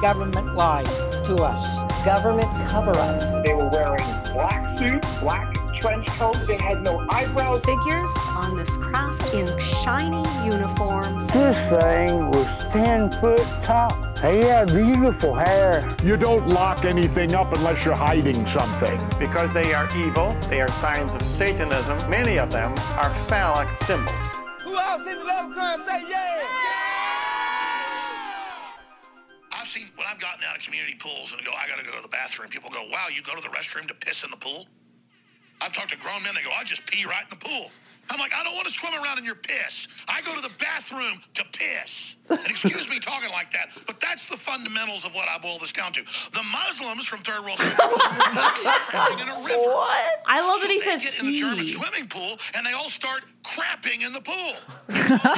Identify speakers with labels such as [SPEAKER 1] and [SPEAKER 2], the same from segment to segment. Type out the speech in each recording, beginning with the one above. [SPEAKER 1] Government lied to us.
[SPEAKER 2] Government cover up.
[SPEAKER 3] They were wearing black suits, black trench coats. They had no eyebrows.
[SPEAKER 4] Figures on this craft in shiny uniforms.
[SPEAKER 5] This thing was 10 foot tall. He had beautiful hair.
[SPEAKER 6] You don't lock anything up unless you're hiding something.
[SPEAKER 7] Because they are evil, they are signs of Satanism. Many of them are phallic symbols.
[SPEAKER 8] Who else in the love crime say yeah?
[SPEAKER 9] I've seen when I've gotten out of community pools and go, I gotta go to the bathroom. People go, Wow, you go to the restroom to piss in the pool? I've talked to grown men that go, I just pee right in the pool. I'm like, I don't want to swim around in your piss. I go to the bathroom to piss. And excuse me talking like that, but that's the fundamentals of what I boil this down to. The Muslims from third world countries are crapping in a river.
[SPEAKER 10] What?
[SPEAKER 4] I love that he
[SPEAKER 9] They
[SPEAKER 4] says
[SPEAKER 9] get in the German
[SPEAKER 4] he.
[SPEAKER 9] swimming pool and they all start crapping in the pool.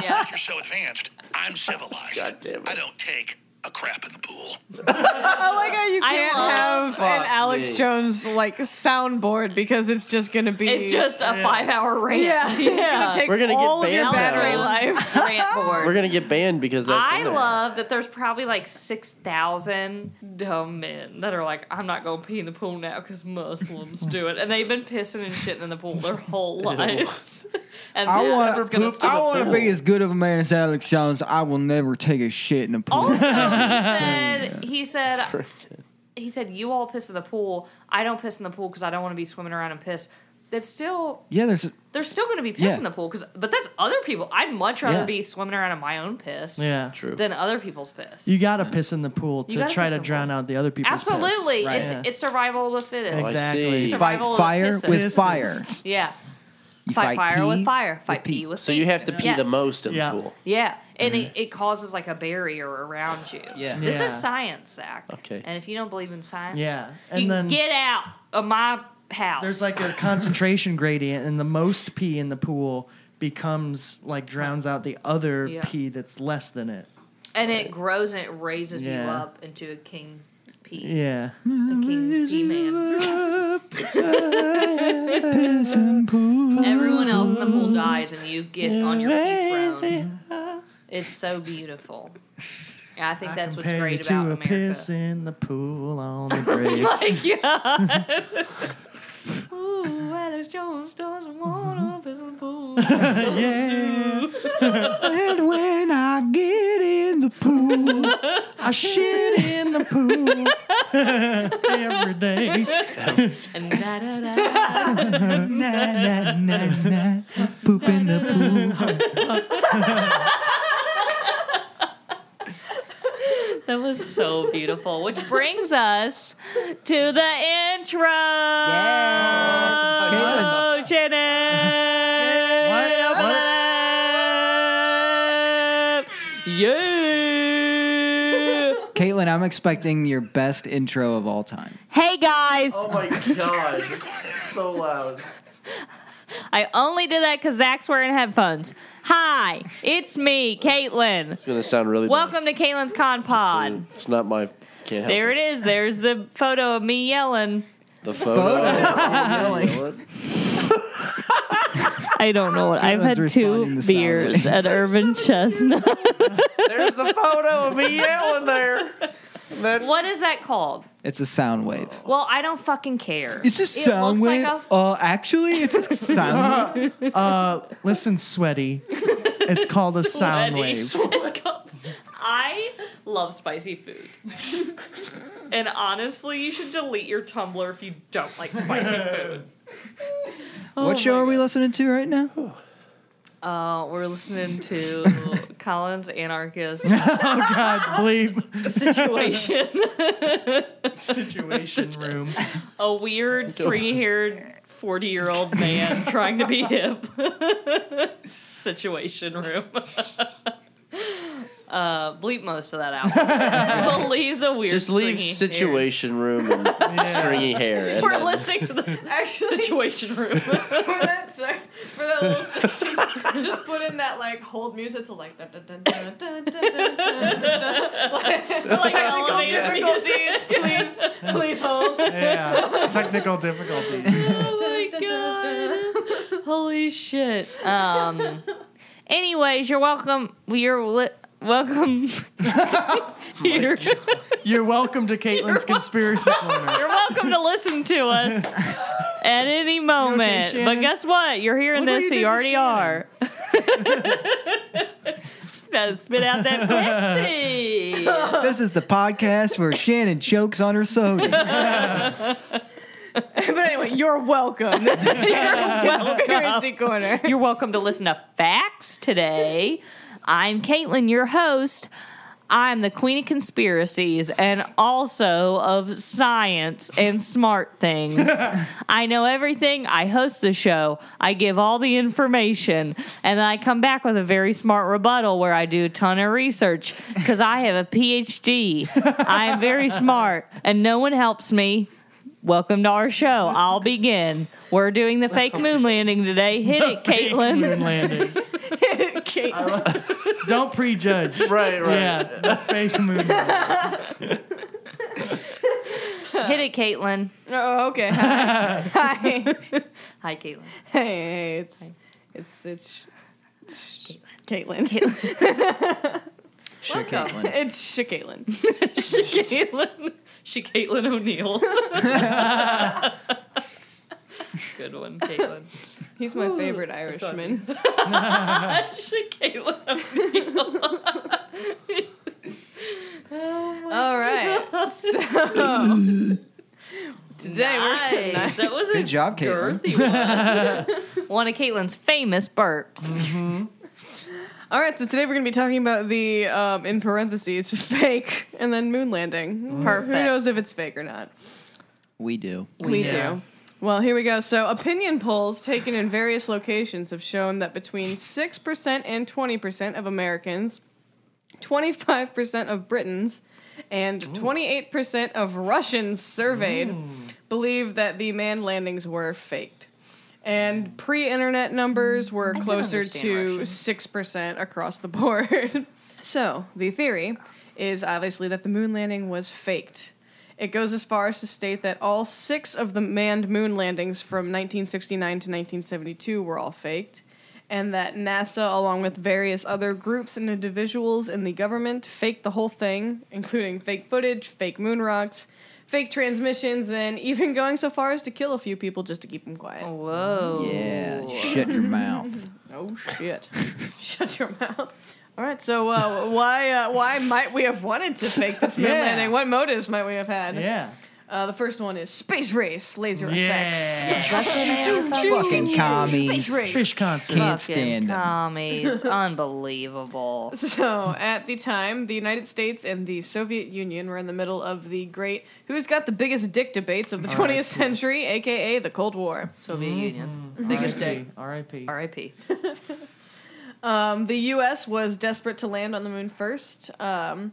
[SPEAKER 9] yeah. You're so advanced. I'm civilized.
[SPEAKER 10] God damn it.
[SPEAKER 9] I don't take a crap in the pool.
[SPEAKER 11] I like how you
[SPEAKER 4] I
[SPEAKER 11] can't
[SPEAKER 4] love-
[SPEAKER 11] have an
[SPEAKER 10] Fuck
[SPEAKER 11] Alex
[SPEAKER 10] me.
[SPEAKER 11] Jones like soundboard because it's just gonna be.
[SPEAKER 4] It's just a five-hour rant.
[SPEAKER 11] yeah. It's gonna take
[SPEAKER 10] We're gonna get
[SPEAKER 11] all of your
[SPEAKER 10] banned
[SPEAKER 11] battery
[SPEAKER 10] now.
[SPEAKER 11] life.
[SPEAKER 4] rant board.
[SPEAKER 10] We're gonna get banned because that's.
[SPEAKER 4] I
[SPEAKER 10] in there.
[SPEAKER 4] love that there's probably like 6,000 dumb men that are like, I'm not going to pee in the pool now because Muslims do it. And they've been pissing and shitting in the pool their whole lives. and
[SPEAKER 12] I
[SPEAKER 4] this
[SPEAKER 12] want
[SPEAKER 4] is going to
[SPEAKER 12] to.
[SPEAKER 4] stop.
[SPEAKER 12] I want to be as good of a man as Alex Jones. I will never take a shit in a pool.
[SPEAKER 4] Also, he said, he said, he said, you all piss in the pool. I don't piss in the pool because I don't want to be swimming around and piss. That's still,
[SPEAKER 12] yeah, there's.
[SPEAKER 4] there's still going to be piss
[SPEAKER 12] Yeah.
[SPEAKER 4] in the pool. Cause, but that's other people. I'd much rather
[SPEAKER 12] Yeah.
[SPEAKER 4] be swimming around in my own piss
[SPEAKER 10] Yeah. True.
[SPEAKER 4] than other people's piss.
[SPEAKER 13] You gotta piss in the pool to
[SPEAKER 4] gotta
[SPEAKER 13] try
[SPEAKER 4] piss
[SPEAKER 13] to
[SPEAKER 4] in the
[SPEAKER 13] drown
[SPEAKER 4] pool.
[SPEAKER 13] out the other people's piss.
[SPEAKER 4] Absolutely.
[SPEAKER 10] Right.
[SPEAKER 4] It's
[SPEAKER 13] Yeah.
[SPEAKER 4] it's survival of the fittest.
[SPEAKER 10] Oh, I
[SPEAKER 13] Exactly.
[SPEAKER 10] see.
[SPEAKER 12] Fight
[SPEAKER 4] Survival of the
[SPEAKER 12] fire
[SPEAKER 4] pissest.
[SPEAKER 12] with fire.
[SPEAKER 4] Yeah.
[SPEAKER 12] You
[SPEAKER 4] Fight, fire with
[SPEAKER 12] pee
[SPEAKER 4] fire. Fight
[SPEAKER 12] pee.
[SPEAKER 4] pee with
[SPEAKER 10] So you
[SPEAKER 4] pee.
[SPEAKER 10] have to pee the
[SPEAKER 4] Yes.
[SPEAKER 10] most in
[SPEAKER 13] Yeah.
[SPEAKER 10] the pool.
[SPEAKER 4] Yeah. And it, it causes like a barrier around you.
[SPEAKER 12] Yeah.
[SPEAKER 4] This is
[SPEAKER 13] Yeah.
[SPEAKER 4] science, Zach.
[SPEAKER 10] Okay.
[SPEAKER 4] And if you don't believe in science,
[SPEAKER 13] Yeah.
[SPEAKER 4] you
[SPEAKER 13] And then-
[SPEAKER 4] get out of my house.
[SPEAKER 13] There's like a concentration gradient, and the most pee in the pool becomes like drowns out the other
[SPEAKER 4] Yeah.
[SPEAKER 13] pee that's less than it.
[SPEAKER 4] and it grows and it raises you
[SPEAKER 13] Yeah.
[SPEAKER 4] up into a king pee.
[SPEAKER 13] Yeah.
[SPEAKER 4] A king G man.
[SPEAKER 12] Pissing pool.
[SPEAKER 4] Everyone else in the pool
[SPEAKER 13] Mm-hmm.
[SPEAKER 4] dies and you get on your pee throne. It's so beautiful. Yeah, I think that's what's
[SPEAKER 13] Compare you
[SPEAKER 4] great
[SPEAKER 13] to a
[SPEAKER 4] about America.
[SPEAKER 13] piss in the pool on the grave.
[SPEAKER 4] Like, yeah. Ooh, Alex Jones doesn't wanna piss in the pool.
[SPEAKER 13] Mm-hmm. yeah.
[SPEAKER 12] and when I get in the pool,
[SPEAKER 13] I shit in the pool every day.
[SPEAKER 4] And da da da.
[SPEAKER 12] na na na na, poop in the pool.
[SPEAKER 4] That was so beautiful. Which brings us to the intro. Yeah. Shannon.
[SPEAKER 13] What?
[SPEAKER 4] Open it up. Yeah.
[SPEAKER 12] Caitlin, I'm expecting your best intro of all time.
[SPEAKER 4] Hey guys.
[SPEAKER 10] Oh my god, so loud.
[SPEAKER 4] I only did that because Zach's wearing headphones. Hi, it's me, Caitlin.
[SPEAKER 10] It's gonna sound really. bad.
[SPEAKER 4] Welcome to Caitlin's Con Pod.
[SPEAKER 10] It's not my. Can't help
[SPEAKER 4] There
[SPEAKER 10] it.
[SPEAKER 4] it is. There's the photo of me yelling.
[SPEAKER 10] The photo.
[SPEAKER 4] I don't know what. I've
[SPEAKER 12] Caitlin's
[SPEAKER 4] had two
[SPEAKER 12] responding to
[SPEAKER 4] beers at Urban Chestnut.
[SPEAKER 10] There's a photo of me yelling there. And then-
[SPEAKER 4] what is that called?
[SPEAKER 12] It's a sound wave.
[SPEAKER 4] Well, I don't fucking care.
[SPEAKER 12] It's a sound
[SPEAKER 4] looks
[SPEAKER 12] wave.
[SPEAKER 4] like a f-
[SPEAKER 12] uh, actually, it's a sound wave.
[SPEAKER 13] Uh, listen, sweaty. It's called a sound wave.
[SPEAKER 4] It's called. I love spicy food. and honestly, you should delete your Tumblr if you don't like spicy food. Oh
[SPEAKER 12] what show are we listening to right now?
[SPEAKER 4] Uh, we're listening to Collins Anarchist
[SPEAKER 13] Oh God, bleep.
[SPEAKER 4] situation.
[SPEAKER 13] Situation room.
[SPEAKER 4] a weird three-haired 40-year-old man trying to be hip situation room uh bleep most of that out but leave the weird
[SPEAKER 10] Just leave
[SPEAKER 4] stringy hair.
[SPEAKER 10] situation room and stringy hair. and
[SPEAKER 4] we're
[SPEAKER 10] then-
[SPEAKER 4] listening to the actually situation room
[SPEAKER 11] for that sec- for that little section, just put in that like hold music to like dun dun dun dun dun dun dun dun dun. like
[SPEAKER 4] like
[SPEAKER 11] elevator
[SPEAKER 4] elevator music.
[SPEAKER 11] frequencies, please, please hold.
[SPEAKER 14] Oh
[SPEAKER 13] Yeah. Technical difficulties.
[SPEAKER 4] Oh my god! Holy shit. Um. Anyways, you're welcome. You're li- Welcome.
[SPEAKER 13] Oh
[SPEAKER 4] here.
[SPEAKER 13] You're welcome to Caitlin's conspiracy corner.
[SPEAKER 4] You're welcome to listen to us at any moment. but
[SPEAKER 13] Shannon?
[SPEAKER 4] guess what? You're hearing
[SPEAKER 13] Look what
[SPEAKER 4] this,
[SPEAKER 13] you
[SPEAKER 4] so
[SPEAKER 13] did
[SPEAKER 4] you
[SPEAKER 13] to
[SPEAKER 4] already are. Just about to spit out that Pepsi.
[SPEAKER 12] This is the podcast where Shannon chokes on her soda.
[SPEAKER 11] but anyway, you're welcome. This is your conspiracy corner.
[SPEAKER 4] You're welcome to listen to Facts today. I'm Caitlin, your host. I'm the queen of conspiracies and also of science and smart things. I know everything. I host the show. I give all the information. And then I come back with a very smart rebuttal where I do a ton of research because I have a PhD. I am very smart and no one helps me. Welcome to our show. I'll begin. We're doing the fake moon landing today. Hit it, Caitlin.
[SPEAKER 13] Moon landing. Don't prejudge.
[SPEAKER 10] Right, right.
[SPEAKER 13] Yeah, the fake moon.
[SPEAKER 4] Hit it, Caitlin.
[SPEAKER 11] Oh, okay. Hi. Hi.
[SPEAKER 4] Hi, Caitlin.
[SPEAKER 11] Hey, it's it's it's sh- Caitlin.
[SPEAKER 12] Shit,
[SPEAKER 4] Welcome.
[SPEAKER 12] Caitlin.
[SPEAKER 11] it's sh- Caitlin.
[SPEAKER 4] she Caitlin. She Caitlin O'Neill. Good one, Caitlin.
[SPEAKER 11] He's my favorite
[SPEAKER 4] That's what I
[SPEAKER 11] Irishman.
[SPEAKER 4] she Caitlin O'Neill.
[SPEAKER 11] All right. Today we're
[SPEAKER 4] nice. That was a
[SPEAKER 12] Good job, Caitlin.
[SPEAKER 4] girthy one. one of Caitlin's famous burps.
[SPEAKER 11] All right, so today we're going to be talking about the um, in parentheses fake and then moon landing.
[SPEAKER 4] Perfect.
[SPEAKER 11] Who knows if it's fake or not?
[SPEAKER 12] We do.
[SPEAKER 11] We
[SPEAKER 13] Yeah.
[SPEAKER 11] do. Well, here we go. So, opinion polls taken in various locations have shown that between 6% and 20% of Americans, 25% of Britons, and 28% of Russians surveyed believe that the man landings were faked. And pre internet numbers were
[SPEAKER 4] I can
[SPEAKER 11] closer
[SPEAKER 4] understand
[SPEAKER 11] to
[SPEAKER 4] Russian.
[SPEAKER 11] 6% across the board. so, the theory is obviously that the moon landing was faked. It goes as far as to state that all six of the manned moon landings from 1969 to 1972 were all faked, and that NASA, along with various other groups and individuals in the government, faked the whole thing, including fake footage, fake moon rocks, fake transmissions, and even going so far as to kill a few people just to keep them quiet. Oh,
[SPEAKER 4] Whoa.
[SPEAKER 12] Yeah, shut your mouth.
[SPEAKER 11] shit! Shut your mouth. All right, so uh, why uh, why might we have wanted to fake this moon
[SPEAKER 13] Yeah.
[SPEAKER 11] landing? What motives might we have had?
[SPEAKER 13] Yeah.
[SPEAKER 11] Uh, the first one is Space Race Laser Effects.
[SPEAKER 13] Yeah.
[SPEAKER 12] Fucking
[SPEAKER 11] Space
[SPEAKER 12] commies.
[SPEAKER 11] Race.
[SPEAKER 13] Fish concert.
[SPEAKER 12] Can't stand
[SPEAKER 4] Fucking
[SPEAKER 12] 'em.
[SPEAKER 4] commies. Unbelievable.
[SPEAKER 11] So, at the time, the United States and the Soviet Union were in the middle of the great who's got the biggest dick debates of the 20th century, aka the Cold War.
[SPEAKER 4] Soviet Union.
[SPEAKER 13] Biggest day. R.I.P.
[SPEAKER 4] R.I.P.
[SPEAKER 11] Um, the U.S. was desperate to land on the moon first. Um,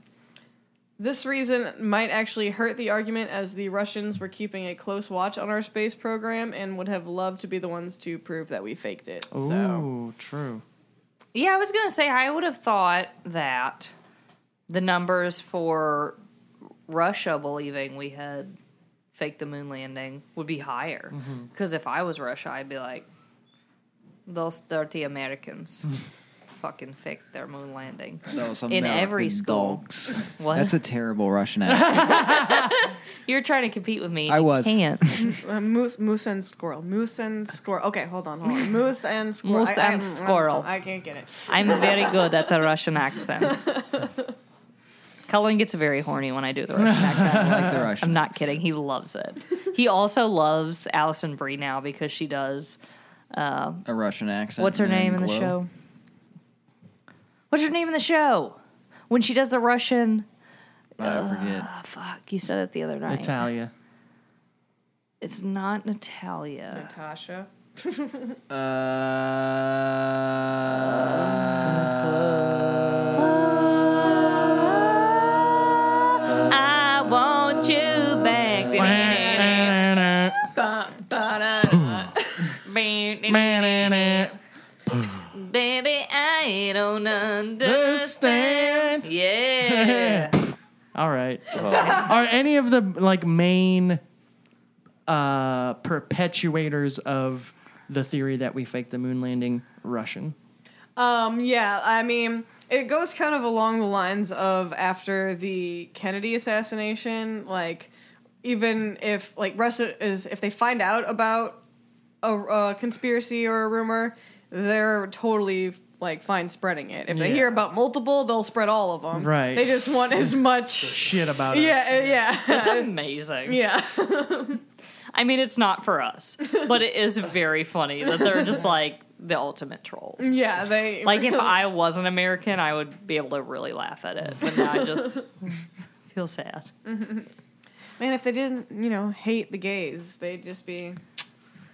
[SPEAKER 11] this reason might actually hurt the argument, as the Russians were keeping a close watch on our space program and would have loved to be the ones to prove that we faked it.
[SPEAKER 13] Oh.
[SPEAKER 11] So,
[SPEAKER 13] Ooh, true.
[SPEAKER 4] Yeah, I was gonna say I would have thought that the numbers for Russia believing we had faked the moon landing would be higher.
[SPEAKER 12] Mm-hmm.
[SPEAKER 4] Because if I was Russia, I'd be like, those dirty Americans
[SPEAKER 12] Mm.
[SPEAKER 4] fucking faked their moon landing.
[SPEAKER 12] Those
[SPEAKER 4] In every
[SPEAKER 12] American
[SPEAKER 4] school.
[SPEAKER 12] dogs.
[SPEAKER 4] What?
[SPEAKER 12] That's a terrible Russian accent.
[SPEAKER 4] You're trying to compete with me. and
[SPEAKER 12] I
[SPEAKER 4] you
[SPEAKER 12] was.
[SPEAKER 4] Can't.
[SPEAKER 11] uh, moose, moose and squirrel, moose and squirrel. Okay, hold on, hold on. Moose and squirrel.
[SPEAKER 4] Moose
[SPEAKER 11] I- I-
[SPEAKER 4] and squirrel.
[SPEAKER 11] I can't get it.
[SPEAKER 4] I'm very good at the Russian accent. Cullen gets very horny when I do the Russian accent.
[SPEAKER 12] like the Russian.
[SPEAKER 4] I'm not kidding. He loves it. He also loves Allison Brie now because she does.
[SPEAKER 12] a Russian accent.
[SPEAKER 4] What's her
[SPEAKER 12] and then
[SPEAKER 4] name in the
[SPEAKER 12] glow.
[SPEAKER 4] show? What's her name in the show? When she does the Russian.
[SPEAKER 12] I forget.
[SPEAKER 4] Oh, fuck, you said it the other night.
[SPEAKER 13] Natalia.
[SPEAKER 4] it's not Natalia.
[SPEAKER 11] Natasha.
[SPEAKER 4] I want you back. Baby, I don't understand. Yeah.
[SPEAKER 13] All right.
[SPEAKER 12] Oh.
[SPEAKER 13] Are any of the like main uh, perpetuators of the theory that we faked the moon landing Russian?
[SPEAKER 11] Um, yeah, I mean, it goes kind of along the lines of after the Kennedy assassination, like even if like Russia is if they find out about a, a conspiracy or a rumor, they're totally like fine spreading it. If they
[SPEAKER 13] Yeah.
[SPEAKER 11] hear about multiple, they'll spread all of them.
[SPEAKER 13] Right.
[SPEAKER 11] They just want as much.
[SPEAKER 13] shit about it.
[SPEAKER 11] Yeah, uh, yeah.
[SPEAKER 4] That's amazing.
[SPEAKER 11] Yeah.
[SPEAKER 4] I mean, it's not for us, but it is very funny that they're just like the ultimate trolls.
[SPEAKER 11] Yeah, they
[SPEAKER 4] Like if
[SPEAKER 11] really-
[SPEAKER 4] I wasn't American, I would be able to really laugh at it, but now I just feel sad.
[SPEAKER 11] Mhm. Man, if they didn't, you know, hate the gays, they'd just be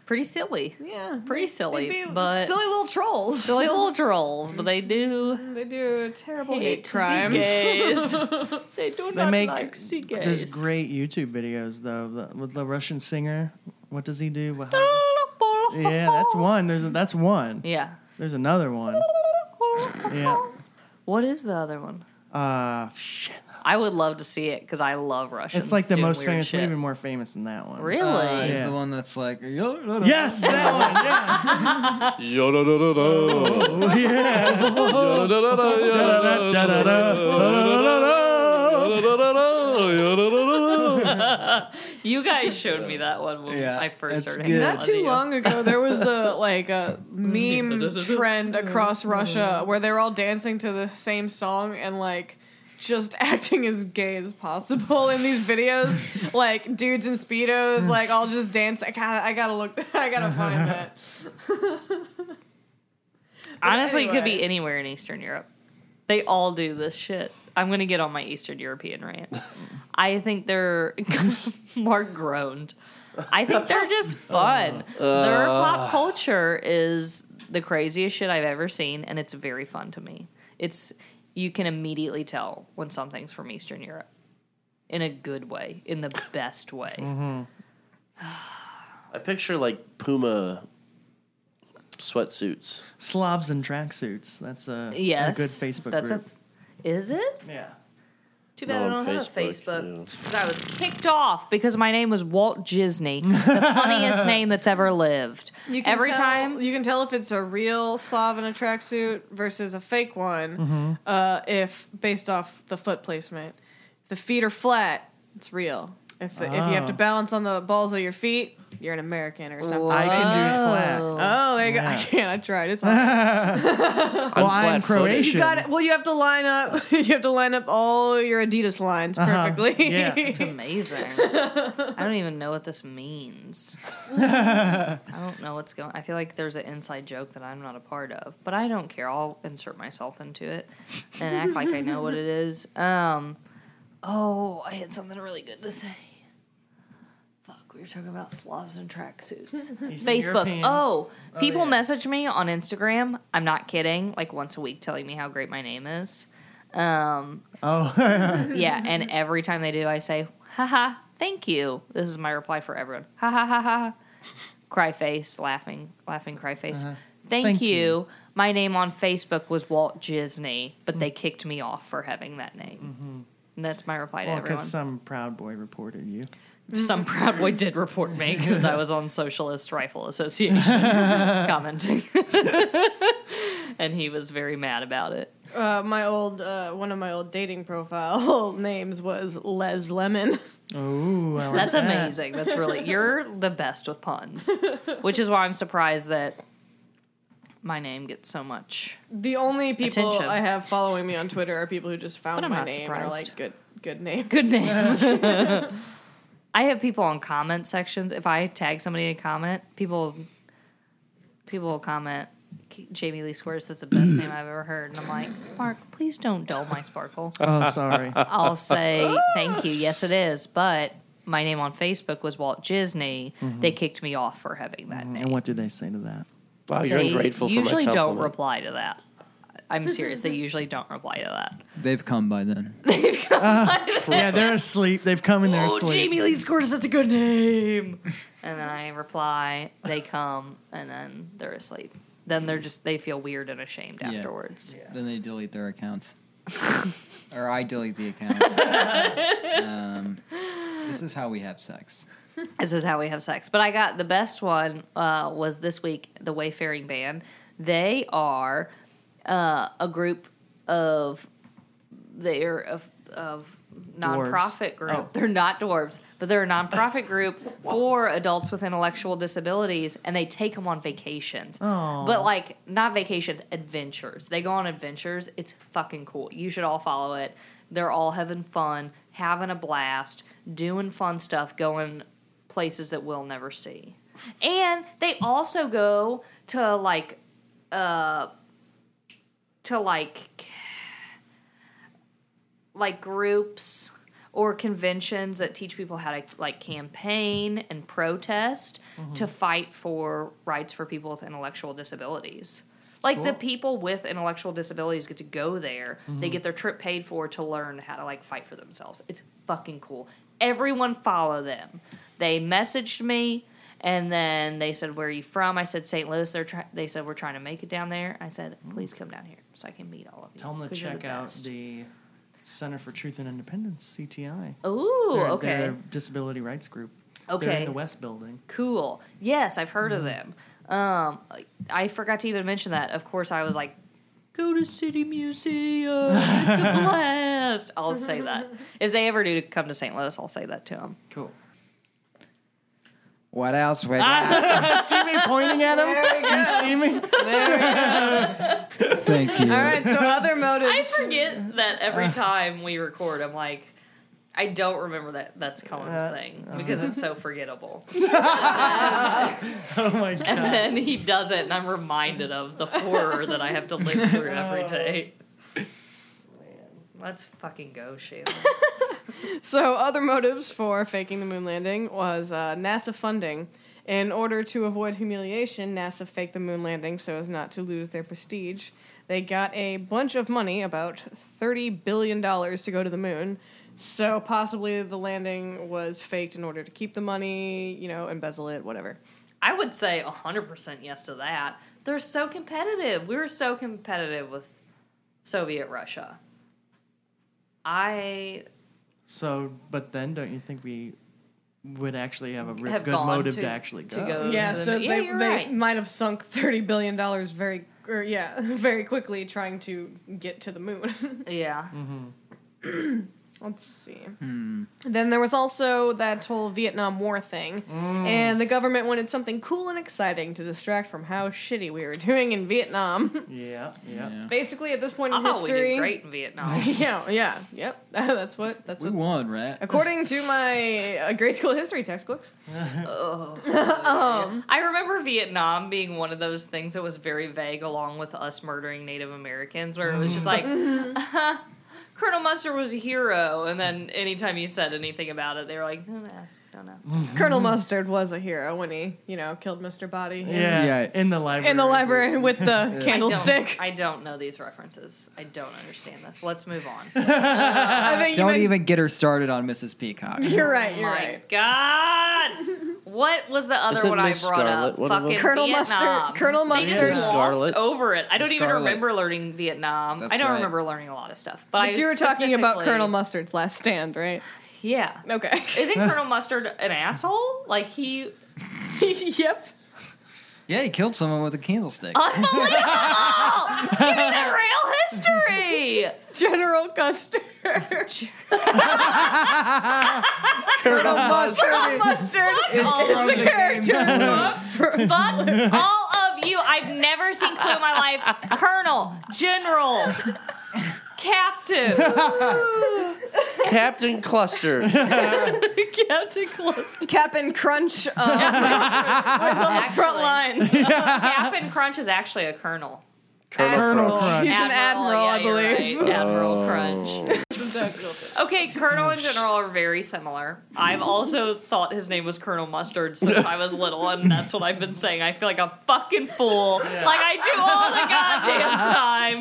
[SPEAKER 4] pretty silly.
[SPEAKER 11] Yeah,
[SPEAKER 4] Pretty silly,
[SPEAKER 11] They'd be
[SPEAKER 4] but
[SPEAKER 11] silly little trolls.
[SPEAKER 4] silly little trolls, but they do
[SPEAKER 11] They do terrible hate,
[SPEAKER 4] hate
[SPEAKER 11] crimes.
[SPEAKER 4] gays. Say do
[SPEAKER 13] They
[SPEAKER 4] not
[SPEAKER 13] make
[SPEAKER 4] like sea
[SPEAKER 13] there's
[SPEAKER 4] gays.
[SPEAKER 13] great YouTube videos though the, with the Russian singer. What does he do? What- yeah, that's one. There's a, that's one.
[SPEAKER 4] Yeah.
[SPEAKER 13] There's another one. Yeah.
[SPEAKER 4] What is the other one?
[SPEAKER 13] Uh, shit.
[SPEAKER 4] I would love to see it because I love Russians.
[SPEAKER 13] It's like the
[SPEAKER 4] doing
[SPEAKER 13] most
[SPEAKER 4] weird
[SPEAKER 13] famous,
[SPEAKER 4] shit.
[SPEAKER 13] maybe more famous than that one.
[SPEAKER 4] Really? Uh, is
[SPEAKER 13] yeah.
[SPEAKER 4] the
[SPEAKER 2] one that's like
[SPEAKER 13] Yes, that one.
[SPEAKER 6] Yo-da-da-da-da.
[SPEAKER 4] you guys showed me that one when I first
[SPEAKER 11] That's
[SPEAKER 4] started. hanging out
[SPEAKER 11] Not
[SPEAKER 4] with
[SPEAKER 11] too
[SPEAKER 4] you.
[SPEAKER 11] long ago, there was a like a meme trend across Russia where they were all dancing to the same song and like just acting as gay as possible in these videos, like dudes in speedos, like all just dance. I gotta, I gotta look, I gotta find that.
[SPEAKER 4] Honestly, it could
[SPEAKER 11] anyway.
[SPEAKER 4] be anywhere in Eastern Europe. They all do this shit. I'm gonna get on my Eastern European rant. I think they're Mark groaned. I think they're just fun. Their
[SPEAKER 14] Uh.
[SPEAKER 4] pop culture is the craziest shit I've ever seen, and it's very fun to me. It's you can immediately tell when something's from Eastern Europe in a good way, in the best way.
[SPEAKER 13] Mm-hmm.
[SPEAKER 14] I picture like Puma sweatsuits.
[SPEAKER 13] Slobs and tracksuits. That's a,
[SPEAKER 4] Yes,
[SPEAKER 13] a good Facebook
[SPEAKER 4] that's
[SPEAKER 13] group.
[SPEAKER 4] A, is it?
[SPEAKER 13] Yeah.
[SPEAKER 4] Too bad
[SPEAKER 13] No,
[SPEAKER 4] I
[SPEAKER 13] on
[SPEAKER 4] don't have a
[SPEAKER 13] Facebook,
[SPEAKER 4] Facebook. 'cause I was kicked off because my name was Walt Disney, the funniest name that's ever lived.
[SPEAKER 11] You can
[SPEAKER 4] Every
[SPEAKER 11] tell-
[SPEAKER 4] time,
[SPEAKER 11] you can tell if it's a real Slav in a tracksuit versus a fake one,
[SPEAKER 13] Mm-hmm.
[SPEAKER 4] Mhm.
[SPEAKER 11] uh, if based off the foot placement. If the feet are flat, it's real. If the, if you have to
[SPEAKER 13] Oh.
[SPEAKER 11] balance on the balls of your feet, you're an American or something.
[SPEAKER 13] I can do it flat.
[SPEAKER 11] Oh, there you go. I
[SPEAKER 13] Yeah.
[SPEAKER 11] can't. I tried. It's hard.
[SPEAKER 13] Well, I'm Croatian.
[SPEAKER 11] You got it. Well, you have to line up. You have to line up all your Adidas lines
[SPEAKER 4] Uh-huh.
[SPEAKER 11] perfectly.
[SPEAKER 4] Yeah. That's amazing. I don't even know what this means. I don't know what's going. I feel like there's an inside joke that I'm not a part of, but I don't care. I'll insert myself into it and act like I know what it is. Um, oh, I had something really good to say. Fuck, we were talking about Slavs and tracksuits. Facebook.
[SPEAKER 14] Europeans.
[SPEAKER 4] Oh,
[SPEAKER 14] Oh,
[SPEAKER 4] people
[SPEAKER 14] yeah.
[SPEAKER 4] message me on Instagram. I'm not kidding. Like once a week, telling me how great my name is. Um,
[SPEAKER 13] Oh.
[SPEAKER 4] yeah, and every time they do, I say, haha, thank you. This is my reply for everyone. Ha ha ha ha. Cry face, laughing, laughing, cry face.
[SPEAKER 14] Uh-huh.
[SPEAKER 4] Thank,
[SPEAKER 14] Thank
[SPEAKER 4] you.
[SPEAKER 14] you.
[SPEAKER 4] My name on Facebook was Walt Disney, but they kicked me off for having that name.
[SPEAKER 14] Mm-hmm.
[SPEAKER 4] And that's my reply to
[SPEAKER 13] Well,
[SPEAKER 4] everyone.
[SPEAKER 13] because some proud boy reported you.
[SPEAKER 4] Some proud boy did report me because I was on Socialist Rifle Association commenting, and he was very mad about it.
[SPEAKER 11] Uh, my old uh, one of my old dating profile names was Les Lemon.
[SPEAKER 13] Oh, I like
[SPEAKER 4] That's
[SPEAKER 13] that.
[SPEAKER 4] amazing. That's really you're the best with puns, which is why I'm surprised that my name gets so much.
[SPEAKER 11] The only people
[SPEAKER 4] Attention.
[SPEAKER 11] I have following me on Twitter are people who just found
[SPEAKER 4] But I'm
[SPEAKER 11] my
[SPEAKER 4] not
[SPEAKER 11] name and are
[SPEAKER 4] surprised.
[SPEAKER 11] like good good name.
[SPEAKER 4] Good name. I have people on comment sections. If I tag somebody in a comment, people people will comment. Jamie Lee Squares, that's the best name I've ever heard. And I'm like, Mark, please don't dull my sparkle.
[SPEAKER 13] Oh, sorry.
[SPEAKER 4] I'll say thank you. Yes, it is. But my name on Facebook was Walt Disney.
[SPEAKER 13] Mhm.
[SPEAKER 4] They kicked me off for having that name.
[SPEAKER 13] Mm-hmm. And what do they say to that?
[SPEAKER 14] Wow, you're
[SPEAKER 4] They
[SPEAKER 14] ungrateful for my
[SPEAKER 4] Usually don't
[SPEAKER 14] compliment.
[SPEAKER 4] reply to that. I'm serious. They usually don't reply to that.
[SPEAKER 2] They've come by then.
[SPEAKER 13] yeah, they're asleep. They've come in their
[SPEAKER 4] Oh,
[SPEAKER 13] sleep.
[SPEAKER 4] Jamie Lee Curtis, that's a good name. And then I reply, they come, and then they're asleep. Then they're just they feel weird and ashamed
[SPEAKER 2] Yeah.
[SPEAKER 4] afterwards.
[SPEAKER 2] Then they delete their accounts. or I delete the account. um, this is how we have sex.
[SPEAKER 4] This is how we have sex. But I got the best one uh, was this week, the Wayfaring Band. They are uh, a group of their of, of
[SPEAKER 15] Dwarves.
[SPEAKER 4] nonprofit group.
[SPEAKER 15] Oh.
[SPEAKER 4] They're not dwarves, but they're a nonprofit group for adults with intellectual disabilities, and they take them on vacations.
[SPEAKER 15] Aw.
[SPEAKER 4] But like not vacations, adventures. They go on adventures. It's fucking cool. You should all follow it. They're all having fun, having a blast, doing fun stuff, going places that we'll never see. And they also go to like uh to like like groups or conventions that teach people how to like campaign and protest
[SPEAKER 13] Mm-hmm.
[SPEAKER 4] to fight for rights for people with intellectual disabilities. Like the
[SPEAKER 15] Cool.
[SPEAKER 4] people with intellectual disabilities get to go there. They
[SPEAKER 13] Mm-hmm.
[SPEAKER 15] Mhm.
[SPEAKER 4] get their trip paid for to learn how to like fight for themselves. It's fucking cool. Everyone follow them. They messaged me and then they said, "Where are you from?" I said, "St. Louis." They're try- they said, "We're trying to make it down there." I said, "Please come down here so I can meet all of
[SPEAKER 13] Mm-hmm.
[SPEAKER 4] you."
[SPEAKER 13] Tell them to
[SPEAKER 4] 'cause you're
[SPEAKER 13] check out
[SPEAKER 4] best."
[SPEAKER 13] the Center for Truth and Independence (CTI).
[SPEAKER 4] Ooh,
[SPEAKER 13] They're-
[SPEAKER 4] okay.
[SPEAKER 13] they're a disability rights group. They're
[SPEAKER 4] Okay.
[SPEAKER 13] in the West Building. Mm-hmm.
[SPEAKER 4] Cool. Yes, I've heard of them. Um, I forgot to even mention that. Of course, I was like, go to City Museum. It's a blast. I'll say that. If they ever do come to St. Louis, I'll say that to them.
[SPEAKER 13] Cool.
[SPEAKER 2] What else? Would
[SPEAKER 13] Ah, see me pointing at him?
[SPEAKER 11] There you
[SPEAKER 13] You
[SPEAKER 11] go.
[SPEAKER 13] see me?
[SPEAKER 2] Thank you.
[SPEAKER 11] All right, so other motives.
[SPEAKER 4] I forget that
[SPEAKER 13] Uh.
[SPEAKER 4] every time we record, I'm like, I don't remember that that's Colin's
[SPEAKER 13] Uh,
[SPEAKER 4] thing because
[SPEAKER 13] uh-huh.
[SPEAKER 4] it's so forgettable.
[SPEAKER 13] Oh my god.
[SPEAKER 4] and then he does it, and I'm reminded of the horror that I have to live through
[SPEAKER 13] Oh.
[SPEAKER 4] every day. Let's fucking go, Shayla.
[SPEAKER 11] So, other motives for faking the moon landing was uh, NASA funding. In order to avoid humiliation, NASA faked the moon landing so as not to lose their prestige. They got a bunch of money, about $30 billion, to go to the moon. So, possibly the landing was faked in order to keep the money, you know, embezzle it, whatever.
[SPEAKER 4] I would say 100% yes to that. They're so competitive. We were so competitive with Soviet Russia. I
[SPEAKER 13] So, but then don't you think we would actually have a re-
[SPEAKER 4] Have
[SPEAKER 13] good
[SPEAKER 4] gone
[SPEAKER 13] motive
[SPEAKER 4] to-
[SPEAKER 13] to actually
[SPEAKER 4] to
[SPEAKER 13] go?
[SPEAKER 4] go
[SPEAKER 11] Yeah,
[SPEAKER 4] to the
[SPEAKER 11] so
[SPEAKER 4] moon. Yeah,
[SPEAKER 11] they,
[SPEAKER 4] you're
[SPEAKER 11] they
[SPEAKER 4] right.
[SPEAKER 11] might have sunk $30 billion very, or yeah, very quickly trying to get to the moon.
[SPEAKER 4] yeah.
[SPEAKER 13] Mm-hmm.
[SPEAKER 11] Let's see.
[SPEAKER 2] Hmm.
[SPEAKER 11] Then there was also that whole Vietnam War thing,
[SPEAKER 2] Mm.
[SPEAKER 11] and the government wanted something cool and exciting to distract from how shitty we were doing in Vietnam.
[SPEAKER 13] Yeah, yeah.
[SPEAKER 11] Basically, at this point in
[SPEAKER 4] I thought Oh, we
[SPEAKER 11] history,
[SPEAKER 4] did great in Vietnam.
[SPEAKER 11] yeah, yeah, yep. that's what. That's
[SPEAKER 2] We
[SPEAKER 11] what.
[SPEAKER 2] won, right?
[SPEAKER 11] According to my uh, grade school history textbooks,
[SPEAKER 4] Oh, I remember Vietnam being one of those things that was very vague, along with us murdering Native Americans, where it was just like
[SPEAKER 13] Mm-hmm.
[SPEAKER 11] Mm-hmm.
[SPEAKER 4] Colonel Mustard was a hero, and then anytime you said anything about it, they were like, "Don't ask, don't ask."
[SPEAKER 11] Colonel Mustard was a hero when he, you know, killed Mr. Body. in-
[SPEAKER 13] Yeah, in the library.
[SPEAKER 11] In the library with the
[SPEAKER 13] Yeah.
[SPEAKER 11] candlestick.
[SPEAKER 4] I don't know these references. I don't understand this. Let's move on.
[SPEAKER 11] I think
[SPEAKER 2] Don't
[SPEAKER 11] even-
[SPEAKER 2] even get her started on Mrs. Peacock.
[SPEAKER 11] You're right.
[SPEAKER 4] Oh
[SPEAKER 11] You're
[SPEAKER 4] my
[SPEAKER 11] right.
[SPEAKER 4] God, what was the other
[SPEAKER 2] Isn't
[SPEAKER 4] one I
[SPEAKER 2] Miss
[SPEAKER 4] brought
[SPEAKER 2] Scarlet
[SPEAKER 4] up?
[SPEAKER 2] one of them?
[SPEAKER 4] Fucking
[SPEAKER 11] Colonel
[SPEAKER 4] Vietnam.
[SPEAKER 11] Mustard- Colonel
[SPEAKER 4] They just
[SPEAKER 11] Mustard.
[SPEAKER 4] glossed
[SPEAKER 2] Scarlet.
[SPEAKER 4] over it. I don't even
[SPEAKER 2] Scarlet.
[SPEAKER 4] remember learning Vietnam.
[SPEAKER 2] That's
[SPEAKER 4] I don't
[SPEAKER 2] right.
[SPEAKER 4] remember learning a lot of stuff. But,
[SPEAKER 11] But,
[SPEAKER 4] I
[SPEAKER 11] you were talking about
[SPEAKER 4] specifically-
[SPEAKER 11] Colonel Mustard's last stand, right?
[SPEAKER 4] Yeah.
[SPEAKER 11] Okay.
[SPEAKER 4] Isn't Colonel Mustard an asshole? Like he.
[SPEAKER 11] yep.
[SPEAKER 2] Yeah, he killed someone with a
[SPEAKER 11] Oh,
[SPEAKER 2] candlestick.
[SPEAKER 4] Unbelievable! Give me that real history.
[SPEAKER 11] General Custer.
[SPEAKER 13] Colonel
[SPEAKER 11] Colonel Mustard is
[SPEAKER 13] from
[SPEAKER 11] the
[SPEAKER 13] the
[SPEAKER 11] character.
[SPEAKER 4] Fuck all of you. I've never seen Clue in my life. Colonel, General, Captain,
[SPEAKER 14] Captain Cluster.
[SPEAKER 4] Captain Cluster.
[SPEAKER 11] Captain Crunch uh, was on the front lines.
[SPEAKER 4] Captain Crunch is actually a colonel.
[SPEAKER 11] Colonel
[SPEAKER 13] Crunch.
[SPEAKER 11] He's an admiral,
[SPEAKER 4] yeah,
[SPEAKER 11] I
[SPEAKER 4] you're
[SPEAKER 11] believe.
[SPEAKER 4] right. Admiral
[SPEAKER 14] Oh.
[SPEAKER 4] Crunch.
[SPEAKER 11] Crunch.
[SPEAKER 4] Okay, Colonel and General are very similar. I've also thought his name was Colonel Mustard since I was little, and that's what I've been saying. I feel like a fucking fool. Like I do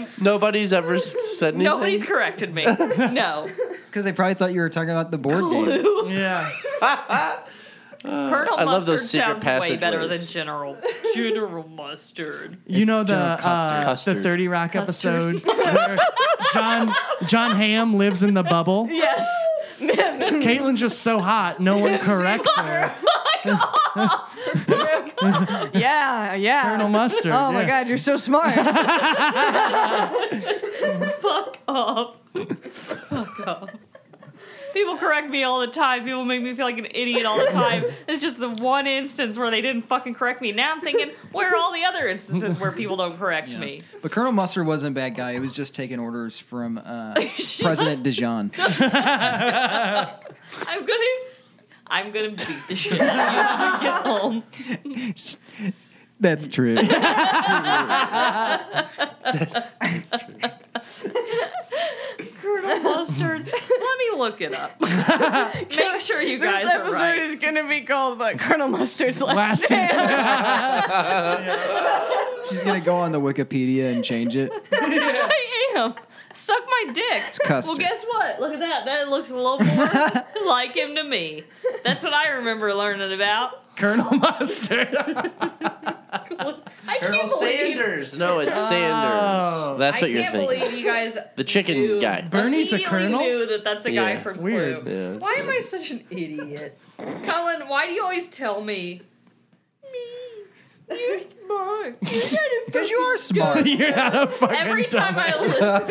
[SPEAKER 4] all the goddamn time.
[SPEAKER 14] Nobody's ever s- said anything.
[SPEAKER 4] Nobody's corrected me. No.
[SPEAKER 2] It's because they probably thought you were talking about the board game.
[SPEAKER 4] Clue.
[SPEAKER 13] Yeah.
[SPEAKER 4] Colonel
[SPEAKER 14] I love
[SPEAKER 4] Mustard
[SPEAKER 14] those secret
[SPEAKER 4] sounds way better
[SPEAKER 14] passageways.
[SPEAKER 4] than General. General Mustard.
[SPEAKER 13] You know the
[SPEAKER 14] General Custer.
[SPEAKER 13] uh, the
[SPEAKER 14] Custard.
[SPEAKER 13] Thirty Rock
[SPEAKER 4] Custard.
[SPEAKER 13] episode where John John Ham lives in the bubble.
[SPEAKER 11] Yes.
[SPEAKER 13] Caitlin's just so hot, no one corrects her.
[SPEAKER 11] True. yeah, yeah.
[SPEAKER 13] Colonel Mustard,
[SPEAKER 11] Oh my
[SPEAKER 13] yeah.
[SPEAKER 11] god, you're so smart.
[SPEAKER 4] Fuck off. Fuck off. Oh, People correct me all the time. People make me feel like an idiot all the time. It's just the one instance where they didn't fucking correct me. Now I'm thinking, where are all the other instances where people don't correct me?
[SPEAKER 2] But Colonel Mustard wasn't a bad guy. He was just taking orders from uh, President Dijon.
[SPEAKER 4] I'm gonna, I'm gonna beat the shit out of you when we get home.
[SPEAKER 2] That's true.
[SPEAKER 4] Colonel Mustard. Let me look it up. Make sure you guys
[SPEAKER 11] this
[SPEAKER 4] are
[SPEAKER 11] episode
[SPEAKER 4] right.
[SPEAKER 11] is gonna be called "But Colonel Mustard's Last,
[SPEAKER 13] Last
[SPEAKER 11] Stand."
[SPEAKER 2] She's gonna go on the Wikipedia and change it.
[SPEAKER 4] I am. Suck my dick.
[SPEAKER 2] custard.
[SPEAKER 4] Well, guess what? Look at that. That looks a little more like him to me. That's what I remember learning about.
[SPEAKER 13] Colonel Mustard.
[SPEAKER 4] I
[SPEAKER 14] Colonel
[SPEAKER 4] can't believe
[SPEAKER 14] Sanders. No, it's
[SPEAKER 4] Oh.
[SPEAKER 14] Sanders. That's what
[SPEAKER 4] I
[SPEAKER 14] you're
[SPEAKER 4] can't
[SPEAKER 14] thinking.
[SPEAKER 4] believe you guys.
[SPEAKER 14] the chicken
[SPEAKER 4] knew-
[SPEAKER 14] guy.
[SPEAKER 13] Bernie's a
[SPEAKER 4] immediately
[SPEAKER 13] colonel?
[SPEAKER 4] Knew that that's the guy
[SPEAKER 14] Yeah,
[SPEAKER 4] from
[SPEAKER 14] weird.
[SPEAKER 4] Clue.
[SPEAKER 14] Yeah.
[SPEAKER 4] Why am I such an idiot, Colin? Why do you always tell me? Me, you're smart. Because
[SPEAKER 2] you are smart.
[SPEAKER 13] You're not a fucking
[SPEAKER 4] Every time I
[SPEAKER 13] dumbass.
[SPEAKER 4] listen,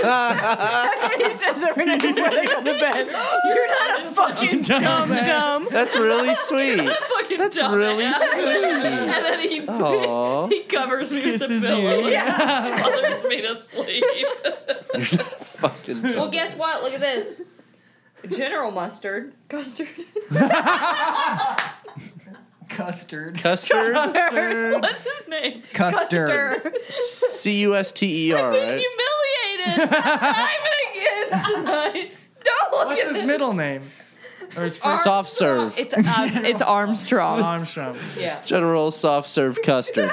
[SPEAKER 11] That's what he says every night before they go to bed. You're not a fucking dumb
[SPEAKER 14] Dumbass.
[SPEAKER 11] dumb.
[SPEAKER 14] That's really sweet.
[SPEAKER 4] fucking
[SPEAKER 14] That's
[SPEAKER 4] dumbass.
[SPEAKER 14] really
[SPEAKER 4] and
[SPEAKER 14] sweet.
[SPEAKER 4] then he
[SPEAKER 14] Aw.
[SPEAKER 4] He covers me with the
[SPEAKER 14] Kisses
[SPEAKER 4] pillow.
[SPEAKER 14] you.
[SPEAKER 4] Yeah. Smothers me to sleep.
[SPEAKER 14] Fucking
[SPEAKER 4] well,
[SPEAKER 14] dumb.
[SPEAKER 4] guess what? Look at this. General mustard. Custard.
[SPEAKER 2] Custard.
[SPEAKER 14] Custard.
[SPEAKER 4] What's his name?
[SPEAKER 2] Custard.
[SPEAKER 14] C U S T E R, right?
[SPEAKER 4] Humiliated. Time and again tonight. Don't look
[SPEAKER 13] What's
[SPEAKER 4] at
[SPEAKER 13] his
[SPEAKER 4] this.
[SPEAKER 13] middle name? Or his first
[SPEAKER 14] Soft serve.
[SPEAKER 4] It's um, it's Armstrong.
[SPEAKER 13] Armstrong.
[SPEAKER 4] Yeah.
[SPEAKER 14] General soft serve custard.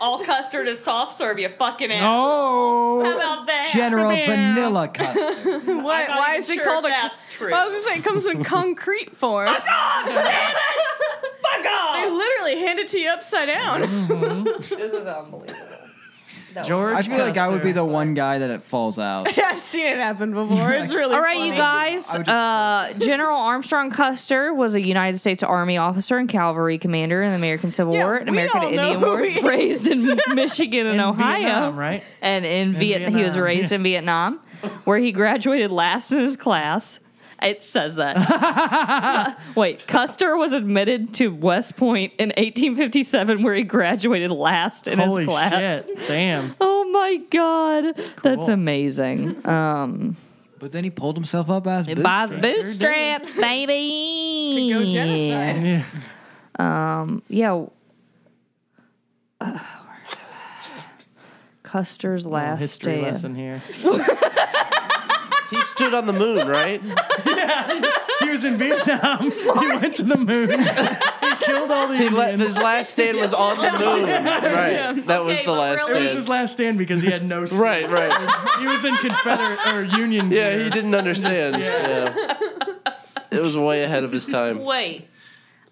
[SPEAKER 4] All custard is soft serve. You fucking ass. How
[SPEAKER 2] Oh,
[SPEAKER 4] about that?
[SPEAKER 2] General Vanilla Custard.
[SPEAKER 11] Why,
[SPEAKER 4] I'm not
[SPEAKER 11] why
[SPEAKER 4] even
[SPEAKER 11] is it
[SPEAKER 4] sure
[SPEAKER 11] called a?
[SPEAKER 4] if that's true.
[SPEAKER 11] Well, I was gonna say it comes in concrete form. Fuck off! They literally hand it to you upside down.
[SPEAKER 14] Mm-hmm.
[SPEAKER 4] This is unbelievable. No.
[SPEAKER 13] George.
[SPEAKER 2] I feel like I would be the
[SPEAKER 13] Custer.
[SPEAKER 2] one guy that it falls out.
[SPEAKER 11] I've seen it happen before. It's really
[SPEAKER 4] All right,
[SPEAKER 11] funny.
[SPEAKER 4] you guys.
[SPEAKER 2] I would just-
[SPEAKER 4] Uh, General Armstrong Custer was a United States Army officer and cavalry commander in the American Civil
[SPEAKER 11] Yeah,
[SPEAKER 4] War and
[SPEAKER 11] we
[SPEAKER 4] American
[SPEAKER 11] all know
[SPEAKER 4] Indian
[SPEAKER 11] who
[SPEAKER 4] Wars.
[SPEAKER 11] he is.
[SPEAKER 4] Raised in Michigan and
[SPEAKER 13] In
[SPEAKER 4] Ohio,
[SPEAKER 13] Vietnam, right?
[SPEAKER 4] And in, Viet- he was
[SPEAKER 13] Vietnam,
[SPEAKER 4] raised in Vietnam, where he graduated last in his class. It says that. Uh, wait, Custer was admitted to West Point in 1857, where he graduated last in
[SPEAKER 13] Holy
[SPEAKER 4] his class.
[SPEAKER 13] shit! Damn.
[SPEAKER 4] Oh my god, that's
[SPEAKER 13] Cool.
[SPEAKER 4] amazing. Um,
[SPEAKER 2] But then he pulled himself up as
[SPEAKER 4] by
[SPEAKER 2] bootstraps.
[SPEAKER 4] the bootstraps, baby.
[SPEAKER 11] to go genocide.
[SPEAKER 13] Yeah.
[SPEAKER 4] Um, yeah. Uh, Custer's last
[SPEAKER 13] History
[SPEAKER 4] stand.
[SPEAKER 13] lesson here.
[SPEAKER 14] he stood on the moon, right?
[SPEAKER 13] He was in Vietnam. he went to the moon. he killed all the
[SPEAKER 14] He let,
[SPEAKER 13] Indians.
[SPEAKER 14] his last stand was on the moon. Right. That was
[SPEAKER 4] Okay,
[SPEAKER 14] the
[SPEAKER 4] but
[SPEAKER 14] last
[SPEAKER 4] really-
[SPEAKER 13] It was his
[SPEAKER 14] stand.
[SPEAKER 13] last stand because he had no. Right.
[SPEAKER 14] Right, right.
[SPEAKER 13] He was in Confederate or Union.
[SPEAKER 14] Yeah,
[SPEAKER 13] gear.
[SPEAKER 14] he didn't understand. Yeah. It was way ahead of his time.
[SPEAKER 4] Wait,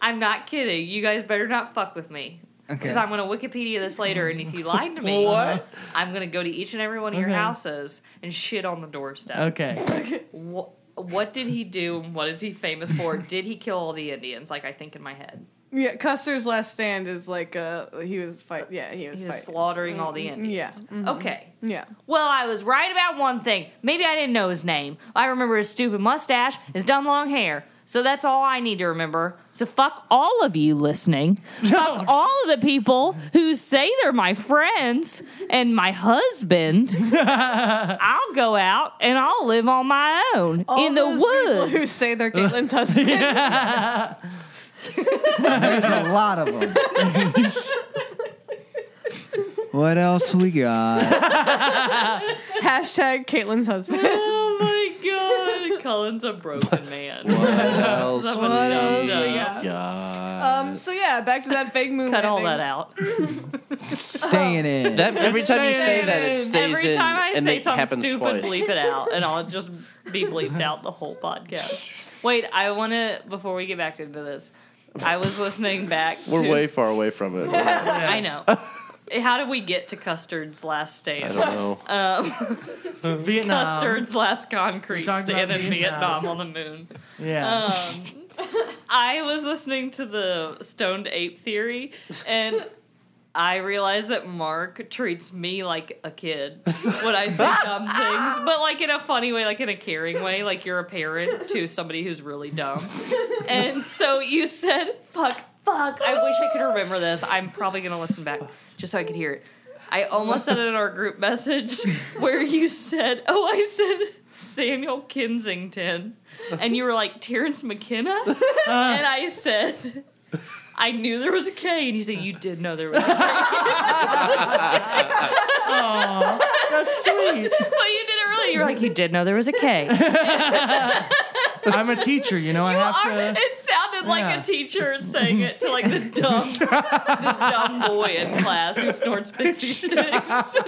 [SPEAKER 4] I'm not kidding. You guys better not fuck with me. Because I'm going to Wikipedia this later, and if you lied to me,
[SPEAKER 14] What?
[SPEAKER 4] I'm going to go to each and every one of your
[SPEAKER 13] Okay.
[SPEAKER 4] houses and shit on the doorstep.
[SPEAKER 13] Okay.
[SPEAKER 4] What, what did he do, and what is he famous for? did he kill all the Indians, like I think in my head?
[SPEAKER 11] Yeah, Custer's last stand is like uh he was fight. Yeah, he was,
[SPEAKER 4] He was
[SPEAKER 11] fighting.
[SPEAKER 4] slaughtering all the Indians.
[SPEAKER 11] Yeah, mhm.
[SPEAKER 13] Mm-hmm.
[SPEAKER 4] Okay.
[SPEAKER 11] yeah.
[SPEAKER 4] Well, I was right about one thing. Maybe I didn't know his name. I remember his stupid mustache, his dumb long hair. So that's all I need to remember. So fuck all of you listening. Fuck all of the people who say they're my friends and my husband. I'll go out and I'll live on my own
[SPEAKER 11] All
[SPEAKER 4] in the
[SPEAKER 11] those people Who
[SPEAKER 4] woods.
[SPEAKER 11] say they're Caitlin's husband?
[SPEAKER 2] There's a lot of them. what else we got?
[SPEAKER 11] Hashtag Caitlin's husband.
[SPEAKER 4] Oh my god, Cullen's a broken man.
[SPEAKER 14] Well,
[SPEAKER 4] What else we
[SPEAKER 14] sweet
[SPEAKER 4] got?
[SPEAKER 14] God.
[SPEAKER 11] Um. So yeah, back to that fake moon.
[SPEAKER 4] Cut all
[SPEAKER 11] landing.
[SPEAKER 4] that out.
[SPEAKER 2] Staying in.
[SPEAKER 14] That every time you say
[SPEAKER 11] staying
[SPEAKER 14] that, it
[SPEAKER 11] in.
[SPEAKER 14] stays
[SPEAKER 4] Every
[SPEAKER 14] in,
[SPEAKER 4] time I
[SPEAKER 14] and
[SPEAKER 4] say
[SPEAKER 14] it
[SPEAKER 4] something
[SPEAKER 14] happens
[SPEAKER 4] stupid,
[SPEAKER 14] twice.
[SPEAKER 4] bleep it out, and I'll just be bleeped out the whole podcast. Wait, I want to before we get back into this. I was listening back.
[SPEAKER 14] We're
[SPEAKER 4] to,
[SPEAKER 14] way far away from it.
[SPEAKER 4] I know. How did we get to Custard's last
[SPEAKER 14] I
[SPEAKER 4] stand?
[SPEAKER 14] don't know.
[SPEAKER 4] Um,
[SPEAKER 13] Vietnam.
[SPEAKER 4] Custard's last concrete
[SPEAKER 13] talked
[SPEAKER 4] stand in
[SPEAKER 13] about
[SPEAKER 4] Vietnam on the moon.
[SPEAKER 13] Yeah.
[SPEAKER 4] Um, I was listening to the stoned ape theory, and I realized that Mark treats me like a kid when I say dumb things, but like in a funny way, like in a caring way, like you're a parent to somebody who's really dumb. And so you said, "Fuck, fuck." I wish I could remember this. I'm probably gonna listen back just so I could hear it. I almost said it in our group message where you said, "Oh, I said Samuel Kensington," and you were like Terrence McKenna, and I said. I knew there was a K, and you said you did know there was a K.
[SPEAKER 13] that's sweet.
[SPEAKER 4] but you didn't really. You were like, you did know there was a K.
[SPEAKER 13] I'm a teacher, you know. I have
[SPEAKER 4] Our-
[SPEAKER 13] to.
[SPEAKER 4] it sounded like
[SPEAKER 13] Yeah.
[SPEAKER 4] a teacher saying it to like the dumb, the dumb boy in class who snorts pixie sticks.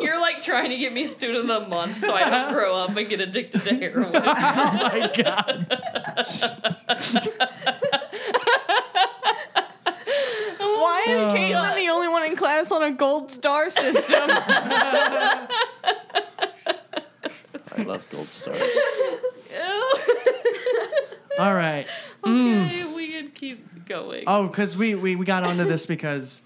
[SPEAKER 4] You're like trying to get me student of the month so I don't grow up and get addicted to heroin. oh my
[SPEAKER 13] god.
[SPEAKER 11] Why is Caitlin the only one in class on a gold star system?
[SPEAKER 14] I love gold stars.
[SPEAKER 13] All right.
[SPEAKER 4] okay, we can keep going.
[SPEAKER 13] Hmm. Oh, because we, we we got onto this because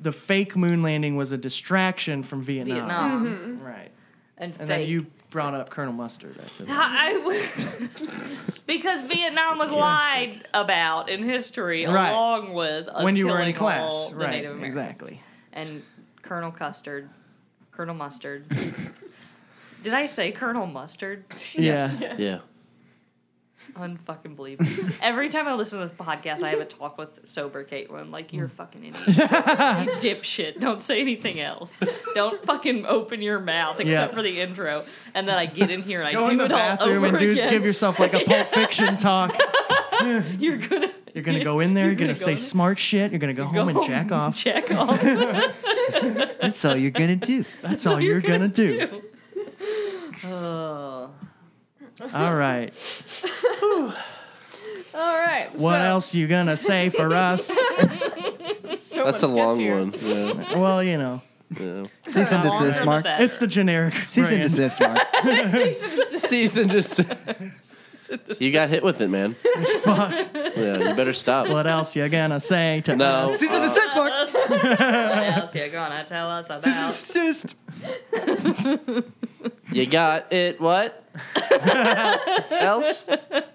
[SPEAKER 13] the fake moon landing was a distraction from Vietnam.
[SPEAKER 4] Vietnam.
[SPEAKER 13] Right.
[SPEAKER 4] And,
[SPEAKER 13] Mm-hmm. And
[SPEAKER 4] fake.
[SPEAKER 13] then you brought up Colonel Mustard after that.
[SPEAKER 4] I w- because Vietnam was lied about in history,
[SPEAKER 13] Right.
[SPEAKER 4] along with us
[SPEAKER 13] when you were
[SPEAKER 4] killing
[SPEAKER 13] in
[SPEAKER 4] all
[SPEAKER 13] class,
[SPEAKER 4] the
[SPEAKER 13] right?
[SPEAKER 4] Native Americans.
[SPEAKER 13] Exactly.
[SPEAKER 4] And Colonel Custard, Colonel Mustard. Did I say Colonel Mustard?
[SPEAKER 14] Yeah. yeah.
[SPEAKER 4] Unfucking believable. Every time I listen to this podcast, I have a talk with sober Caitlin. Like, you're a fucking idiot. you dipshit. Don't say anything else. Don't fucking open your mouth except
[SPEAKER 13] Yeah.
[SPEAKER 4] for the intro. And then I get in here and I
[SPEAKER 13] Go
[SPEAKER 4] do
[SPEAKER 13] in the
[SPEAKER 4] it all
[SPEAKER 13] bathroom
[SPEAKER 4] over
[SPEAKER 13] and do,
[SPEAKER 4] again.
[SPEAKER 13] give yourself like a Pulp Fiction talk.
[SPEAKER 4] you're gonna
[SPEAKER 13] You're gonna go in there. You're gonna,
[SPEAKER 4] gonna go
[SPEAKER 13] say
[SPEAKER 4] in-
[SPEAKER 13] smart shit. You're gonna go home and
[SPEAKER 4] home
[SPEAKER 13] jack
[SPEAKER 4] and
[SPEAKER 13] off.
[SPEAKER 4] Jack off.
[SPEAKER 2] That's all you're gonna do.
[SPEAKER 13] That's all you're gonna, do.
[SPEAKER 4] Oh.
[SPEAKER 13] All right.
[SPEAKER 11] All right.
[SPEAKER 13] What else you gonna say for us?
[SPEAKER 11] So
[SPEAKER 14] That's a
[SPEAKER 11] much
[SPEAKER 14] long
[SPEAKER 11] catchier.
[SPEAKER 14] one. Yeah.
[SPEAKER 13] well, you know,
[SPEAKER 14] yeah.
[SPEAKER 2] Cease and
[SPEAKER 4] Longer
[SPEAKER 2] desist,
[SPEAKER 4] the
[SPEAKER 2] Mark.
[SPEAKER 4] better.
[SPEAKER 13] it's the generic.
[SPEAKER 2] Cease and
[SPEAKER 13] brand.
[SPEAKER 2] desist, Mark.
[SPEAKER 14] Season just. you got hit with it, man.
[SPEAKER 13] It's fuck.
[SPEAKER 14] Yeah, you better stop.
[SPEAKER 13] What else you gonna say to
[SPEAKER 14] No.
[SPEAKER 13] us? Uh,
[SPEAKER 2] Cease and desist, Mark.
[SPEAKER 4] What else you gonna tell us
[SPEAKER 2] Cease and
[SPEAKER 4] about?
[SPEAKER 2] desist.
[SPEAKER 14] You got it. What else?
[SPEAKER 4] That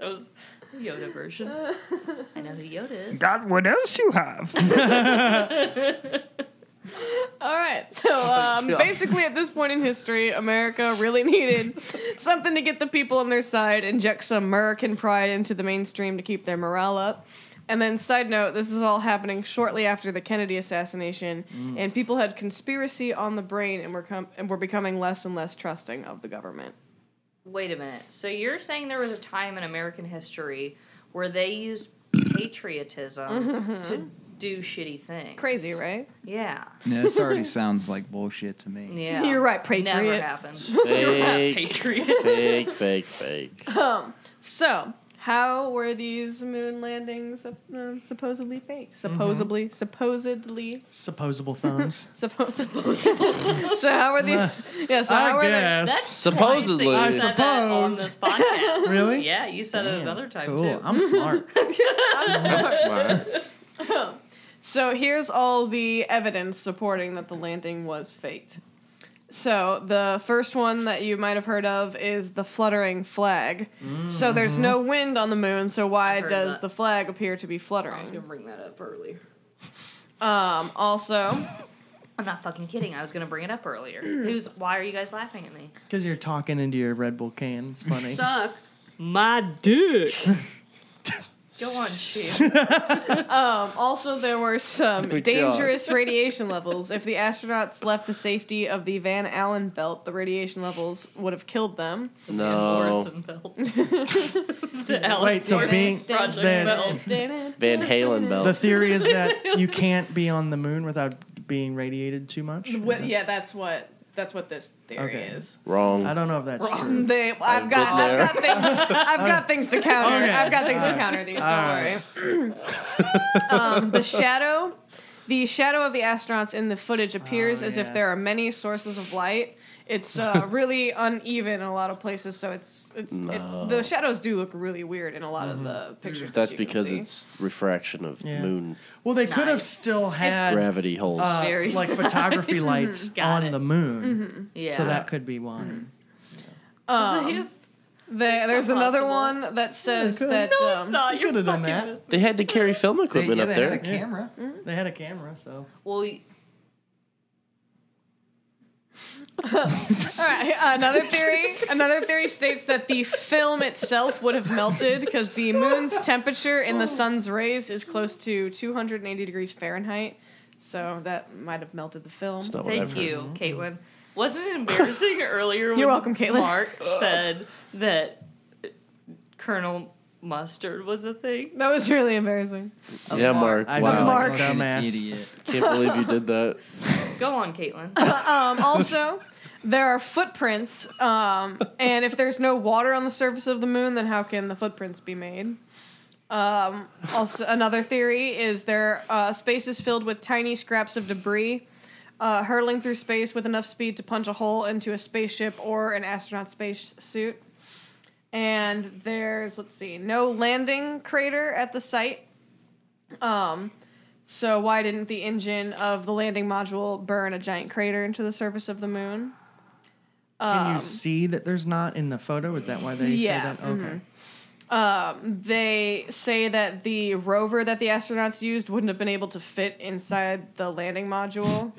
[SPEAKER 4] was the Yoda version. I know who Yoda is.
[SPEAKER 6] Got what else you have?
[SPEAKER 11] All right. So um, basically, at this point in history, America really needed something to get the people on their side, inject some American pride into the mainstream to keep their morale up. And then, side note, this is all happening shortly after the Kennedy assassination, and people had conspiracy on the brain and were, com- and were becoming less and less trusting of the government.
[SPEAKER 4] Wait a minute. So you're saying there was a time in American history where they used patriotism to do shitty things.
[SPEAKER 11] Mm-hmm. Crazy, right?
[SPEAKER 4] Yeah.
[SPEAKER 2] No, this already sounds like bullshit to me.
[SPEAKER 4] Yeah.
[SPEAKER 11] You're right, patriot.
[SPEAKER 4] Never happens.
[SPEAKER 14] Fake,
[SPEAKER 4] Patriot.
[SPEAKER 14] fake, fake, fake.
[SPEAKER 11] So, how were these moon landings uh, supposedly fake? Supposedly, supposedly
[SPEAKER 13] Mm-hmm. Supposable thumbs.
[SPEAKER 11] Supposedly. so how are these? Yeah, so how
[SPEAKER 13] I
[SPEAKER 11] are they?
[SPEAKER 13] guess.
[SPEAKER 4] That's
[SPEAKER 14] Supposedly.
[SPEAKER 4] twice that you
[SPEAKER 14] I
[SPEAKER 4] said that on this
[SPEAKER 13] suppose.
[SPEAKER 4] podcast.
[SPEAKER 13] Really?
[SPEAKER 4] Yeah, you said it another time
[SPEAKER 13] Cool.
[SPEAKER 4] too.
[SPEAKER 13] I'm smart.
[SPEAKER 14] That's smart.
[SPEAKER 11] So here's all the evidence supporting that the landing was faked. So the first one that you might have heard of is the fluttering flag. So there's no
[SPEAKER 13] Mm-hmm.
[SPEAKER 11] wind on the moon, so why
[SPEAKER 4] heard
[SPEAKER 11] does
[SPEAKER 4] that.
[SPEAKER 11] the flag appear to
[SPEAKER 4] I
[SPEAKER 11] be
[SPEAKER 4] was gonna
[SPEAKER 11] fluttering?
[SPEAKER 4] bring that up earlier.
[SPEAKER 11] Um, also,
[SPEAKER 4] I'm not fucking kidding. I was gonna bring it up earlier. Who's? Why are you guys laughing at me?
[SPEAKER 13] Because you're talking into your Red Bull can. It's funny.
[SPEAKER 4] Suck my dick. Go on, shit.
[SPEAKER 11] Also, there were some
[SPEAKER 14] Good
[SPEAKER 11] dangerous radiation levels. If the astronauts left the safety of the Van Allen belt, the radiation levels would have killed them.
[SPEAKER 14] No.
[SPEAKER 13] Wait, so being
[SPEAKER 4] Project
[SPEAKER 13] the,
[SPEAKER 14] Van Halen
[SPEAKER 13] the
[SPEAKER 14] belt.
[SPEAKER 13] theory is that you can't be on the moon without being radiated too much.
[SPEAKER 11] Well, yeah, that's what that's what this theory
[SPEAKER 13] Okay.
[SPEAKER 11] is.
[SPEAKER 14] Wrong.
[SPEAKER 13] I don't know if that's true.
[SPEAKER 11] Um, They, I've
[SPEAKER 14] I've
[SPEAKER 11] got,
[SPEAKER 14] been
[SPEAKER 11] I've got things, I've got things to counter.
[SPEAKER 13] Okay.
[SPEAKER 11] I've got things to
[SPEAKER 13] Alright.
[SPEAKER 11] counter these. Don't
[SPEAKER 13] Alright.
[SPEAKER 11] worry. um, the shadow, the shadow of the astronauts in the footage appears
[SPEAKER 13] Oh,
[SPEAKER 11] as
[SPEAKER 13] yeah.
[SPEAKER 11] if there are many sources of light. It's uh, really uneven in a lot of places, so it's it's
[SPEAKER 14] No.
[SPEAKER 11] it, the shadows do look really weird in a lot of
[SPEAKER 13] Mm-hmm.
[SPEAKER 11] the pictures. that
[SPEAKER 14] That's
[SPEAKER 11] you can
[SPEAKER 14] because
[SPEAKER 11] see.
[SPEAKER 14] it's refraction of
[SPEAKER 13] Yeah.
[SPEAKER 14] moon.
[SPEAKER 13] Well, they could have still had
[SPEAKER 14] Gravity holes.
[SPEAKER 13] uh,
[SPEAKER 11] Very
[SPEAKER 13] like
[SPEAKER 11] nice.
[SPEAKER 13] photography lights
[SPEAKER 11] Got
[SPEAKER 13] on the moon.
[SPEAKER 11] Mhm. Yeah. Mm-hmm.
[SPEAKER 13] So that could be one.
[SPEAKER 11] Um, there, there's another one that says
[SPEAKER 13] could.
[SPEAKER 11] that
[SPEAKER 13] No,
[SPEAKER 11] um,
[SPEAKER 13] it's not. You You're could have done fucking- that.
[SPEAKER 14] They had to carry film equipment
[SPEAKER 13] yeah,
[SPEAKER 14] up
[SPEAKER 13] they
[SPEAKER 14] there.
[SPEAKER 13] had a camera.
[SPEAKER 11] Mm-hmm.
[SPEAKER 13] They had a camera, so.
[SPEAKER 4] Well, y-
[SPEAKER 11] All right, another theory. Another theory states that the film itself would have melted because the moon's temperature in the sun's rays is close to 280 degrees Fahrenheit, so that might have melted the film.
[SPEAKER 14] That's not what I've
[SPEAKER 4] Thank
[SPEAKER 14] heard.
[SPEAKER 4] you, Caitlin. Wasn't it embarrassing earlier when
[SPEAKER 11] You're welcome, Caitlin.
[SPEAKER 4] Mark said that Colonel Mustard was a thing?
[SPEAKER 11] That was really embarrassing.
[SPEAKER 14] Yeah, Mark.
[SPEAKER 13] I
[SPEAKER 14] wow.
[SPEAKER 13] know, Mark. like a dumbass.
[SPEAKER 2] Idiot.
[SPEAKER 14] Can't believe you did that.
[SPEAKER 4] Go on, Caitlin.
[SPEAKER 11] um, also, there are footprints, um, and if there's no water on the surface of the moon, then how can the footprints be made? Um, also, another theory is there uh, space is filled with tiny scraps of debris. Uh, hurtling through space with enough speed to punch a hole into a spaceship or an astronaut space suit. And there's, let's see, no landing crater at the site. Um, so why didn't the engine of the landing module burn a giant crater into the surface of the moon?
[SPEAKER 13] Can
[SPEAKER 11] Um,
[SPEAKER 13] you see that there's not in the photo? Is that why they
[SPEAKER 11] yeah,
[SPEAKER 13] say that? Okay.
[SPEAKER 11] mhm. Um, they say that the rover that the astronauts used wouldn't have been able to fit inside the landing module.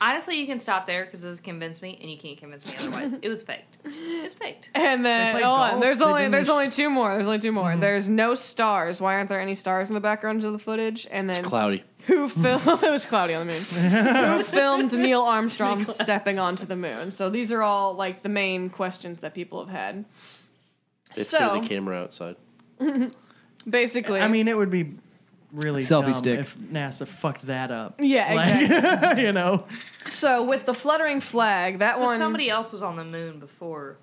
[SPEAKER 4] Honestly, you can stop there because this has convinced me, and you can't convince me otherwise. it was faked. It was faked.
[SPEAKER 11] And then
[SPEAKER 4] They
[SPEAKER 11] hold
[SPEAKER 4] play
[SPEAKER 11] on,
[SPEAKER 4] golf?
[SPEAKER 11] there's
[SPEAKER 4] They
[SPEAKER 11] only
[SPEAKER 4] didn't
[SPEAKER 11] there's
[SPEAKER 4] sh-
[SPEAKER 11] only two more. There's only two more. There's no stars. Why aren't there any stars in the background of the footage? And then
[SPEAKER 14] Cloudy.
[SPEAKER 11] who filmed? it was cloudy on the moon. who filmed Neil Armstrong stepping onto the moon? So these are all like the main questions that people have had.
[SPEAKER 14] They
[SPEAKER 11] So-
[SPEAKER 14] threw the camera outside.
[SPEAKER 11] Basically,
[SPEAKER 13] I mean, it would be really
[SPEAKER 2] Selfie
[SPEAKER 13] dumb
[SPEAKER 2] stick.
[SPEAKER 13] if NASA fucked that up.
[SPEAKER 11] Yeah,
[SPEAKER 13] exactly. you know,
[SPEAKER 11] so with the fluttering flag, that
[SPEAKER 4] so
[SPEAKER 11] one
[SPEAKER 4] somebody else was on the moon before.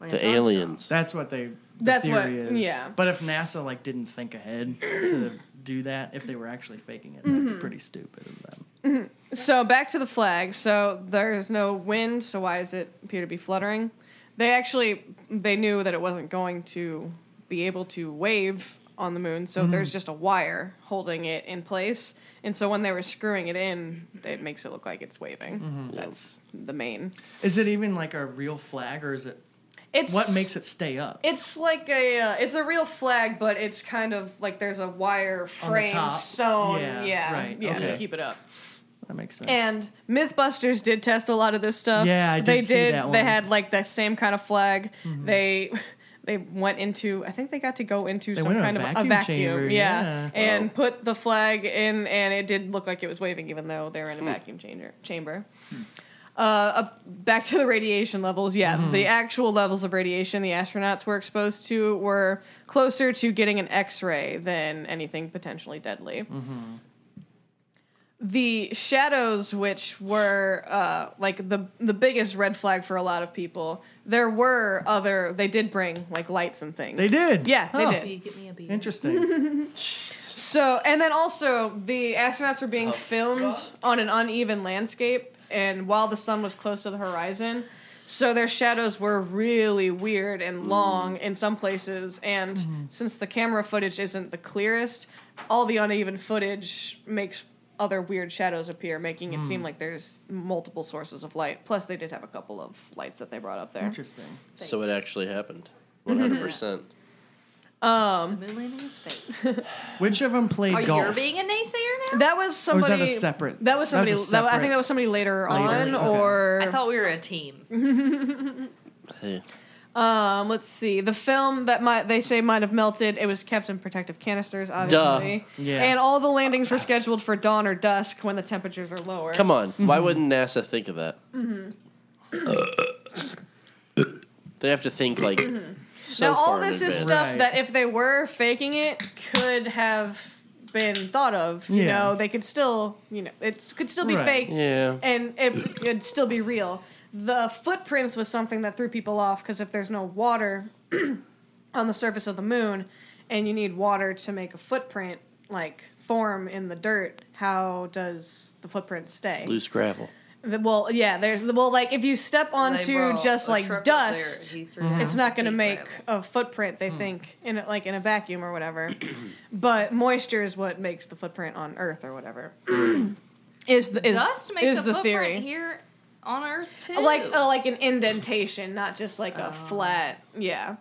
[SPEAKER 4] Lance oh,
[SPEAKER 14] The
[SPEAKER 4] Armstrong.
[SPEAKER 14] aliens.
[SPEAKER 13] That's what they. The
[SPEAKER 4] That's
[SPEAKER 13] theory
[SPEAKER 4] what-
[SPEAKER 13] is.
[SPEAKER 4] yeah.
[SPEAKER 13] But if NASA like didn't think ahead to do that, if they were actually faking it, that'd
[SPEAKER 11] Mhm.
[SPEAKER 13] be pretty stupid of them.
[SPEAKER 11] Mhm. So back to the flag. So there's no wind, so why does it appear to be fluttering? They actually they knew that it wasn't going to be able to wave on the moon, so
[SPEAKER 13] Mhm.
[SPEAKER 11] there's just a wire holding it in place. And so when they were screwing it in, it makes it look like it's waving.
[SPEAKER 13] Mhm.
[SPEAKER 11] That's the main.
[SPEAKER 13] Is it even like a real flag, or is it?
[SPEAKER 11] It's-
[SPEAKER 13] what makes it stay up.
[SPEAKER 11] It's like a uh, it's a real flag, but it's kind of like there's a wire
[SPEAKER 13] On the
[SPEAKER 11] frame
[SPEAKER 13] top.
[SPEAKER 11] sewn, yeah,
[SPEAKER 13] Yeah,
[SPEAKER 11] yeah,
[SPEAKER 13] right,
[SPEAKER 11] to
[SPEAKER 13] okay.
[SPEAKER 11] keep it up.
[SPEAKER 13] That makes sense.
[SPEAKER 11] And MythBusters did test a lot of this stuff.
[SPEAKER 13] Yeah, I did
[SPEAKER 11] They
[SPEAKER 13] see
[SPEAKER 11] did.
[SPEAKER 13] that
[SPEAKER 11] They
[SPEAKER 13] one.
[SPEAKER 11] had like the same kind of flag.
[SPEAKER 13] Mhm.
[SPEAKER 11] They they went into. I think they got to go into
[SPEAKER 13] They
[SPEAKER 11] some
[SPEAKER 13] went in a
[SPEAKER 11] kind of a
[SPEAKER 13] vacuum
[SPEAKER 11] vacuum.
[SPEAKER 13] chamber,
[SPEAKER 11] yeah,
[SPEAKER 13] yeah.
[SPEAKER 11] and
[SPEAKER 13] Wow.
[SPEAKER 11] put the flag in, and it did look like it was waving, even though they were in a
[SPEAKER 13] Hmm.
[SPEAKER 11] vacuum chamber. Chamber. Uh, up, back to the radiation levels. Yeah,
[SPEAKER 13] Mhm.
[SPEAKER 11] the actual levels of radiation the astronauts were exposed to were closer to getting an X-ray than anything potentially deadly
[SPEAKER 13] Mm-hmm.
[SPEAKER 11] the shadows which were uh, like the the biggest red flag for a lot of people there were other they did bring like lights and things
[SPEAKER 13] They did?
[SPEAKER 11] yeah
[SPEAKER 13] Huh.
[SPEAKER 11] they did
[SPEAKER 4] Get me a beer.
[SPEAKER 13] Interesting.
[SPEAKER 11] so and then also the astronauts were being filmed on an uneven landscape and while the sun was close to the horizon so their shadows were really weird and long in some places and
[SPEAKER 13] Mm-hmm.
[SPEAKER 11] since the camera footage isn't the clearest all the uneven footage makes other weird shadows appear making it seem
[SPEAKER 13] Mm.
[SPEAKER 11] like there's multiple sources of light plus they did have a couple of lights that they brought up there
[SPEAKER 13] Interesting.
[SPEAKER 14] So it actually happened. 100%.
[SPEAKER 11] um
[SPEAKER 4] The moon landing is fake.
[SPEAKER 13] Which of them played
[SPEAKER 4] Are you
[SPEAKER 13] golf?
[SPEAKER 4] being a naysayer now?
[SPEAKER 11] That was
[SPEAKER 13] Or is
[SPEAKER 11] somebody.
[SPEAKER 13] that a separate-
[SPEAKER 11] That was
[SPEAKER 13] that was
[SPEAKER 11] somebody.
[SPEAKER 13] a
[SPEAKER 11] that was- I think
[SPEAKER 13] separate-
[SPEAKER 11] that was somebody later, on,
[SPEAKER 13] Later, okay.
[SPEAKER 11] or
[SPEAKER 4] I thought we were a team.
[SPEAKER 14] Hey.
[SPEAKER 11] um, let's see. The film that might they say might have melted. It was kept in protective canisters, obviously.
[SPEAKER 14] Yeah.
[SPEAKER 11] And all the landings were scheduled for dawn or dusk when the temperatures are lower.
[SPEAKER 14] Come on. Why wouldn't NASA think of that?
[SPEAKER 11] Mhm.
[SPEAKER 14] They have to think like so
[SPEAKER 11] now all
[SPEAKER 14] far in
[SPEAKER 11] this is
[SPEAKER 14] advance.
[SPEAKER 11] stuff that if they were faking it, could have been thought of. You
[SPEAKER 14] Yeah.
[SPEAKER 11] know, they could still, you know, it could still be
[SPEAKER 14] Right.
[SPEAKER 11] faked.
[SPEAKER 14] Yeah.
[SPEAKER 11] and it would still be real. The footprints was something that threw people off because if there's no water on the surface of the moon, and you need water to make a footprint like form in the dirt, how does the footprint stay?
[SPEAKER 14] loose gravel.
[SPEAKER 11] The- Well, yeah, there's the well, like if you step onto
[SPEAKER 15] brought
[SPEAKER 11] just
[SPEAKER 15] a
[SPEAKER 11] like
[SPEAKER 15] truck up there,
[SPEAKER 11] dust,
[SPEAKER 15] he threw
[SPEAKER 13] Mm-hmm.
[SPEAKER 15] down
[SPEAKER 11] it's
[SPEAKER 13] Uh-huh.
[SPEAKER 11] not going to make a footprint.
[SPEAKER 13] Hmm.
[SPEAKER 11] They think in a, like in a vacuum or whatever, but moisture is what makes the footprint on Earth or whatever. is the is,
[SPEAKER 4] Dust makes
[SPEAKER 11] is
[SPEAKER 4] a
[SPEAKER 11] the
[SPEAKER 4] footprint
[SPEAKER 11] theory
[SPEAKER 4] here on Earth too. Oh.
[SPEAKER 11] like uh, like an indentation, not just like a flat. Yeah.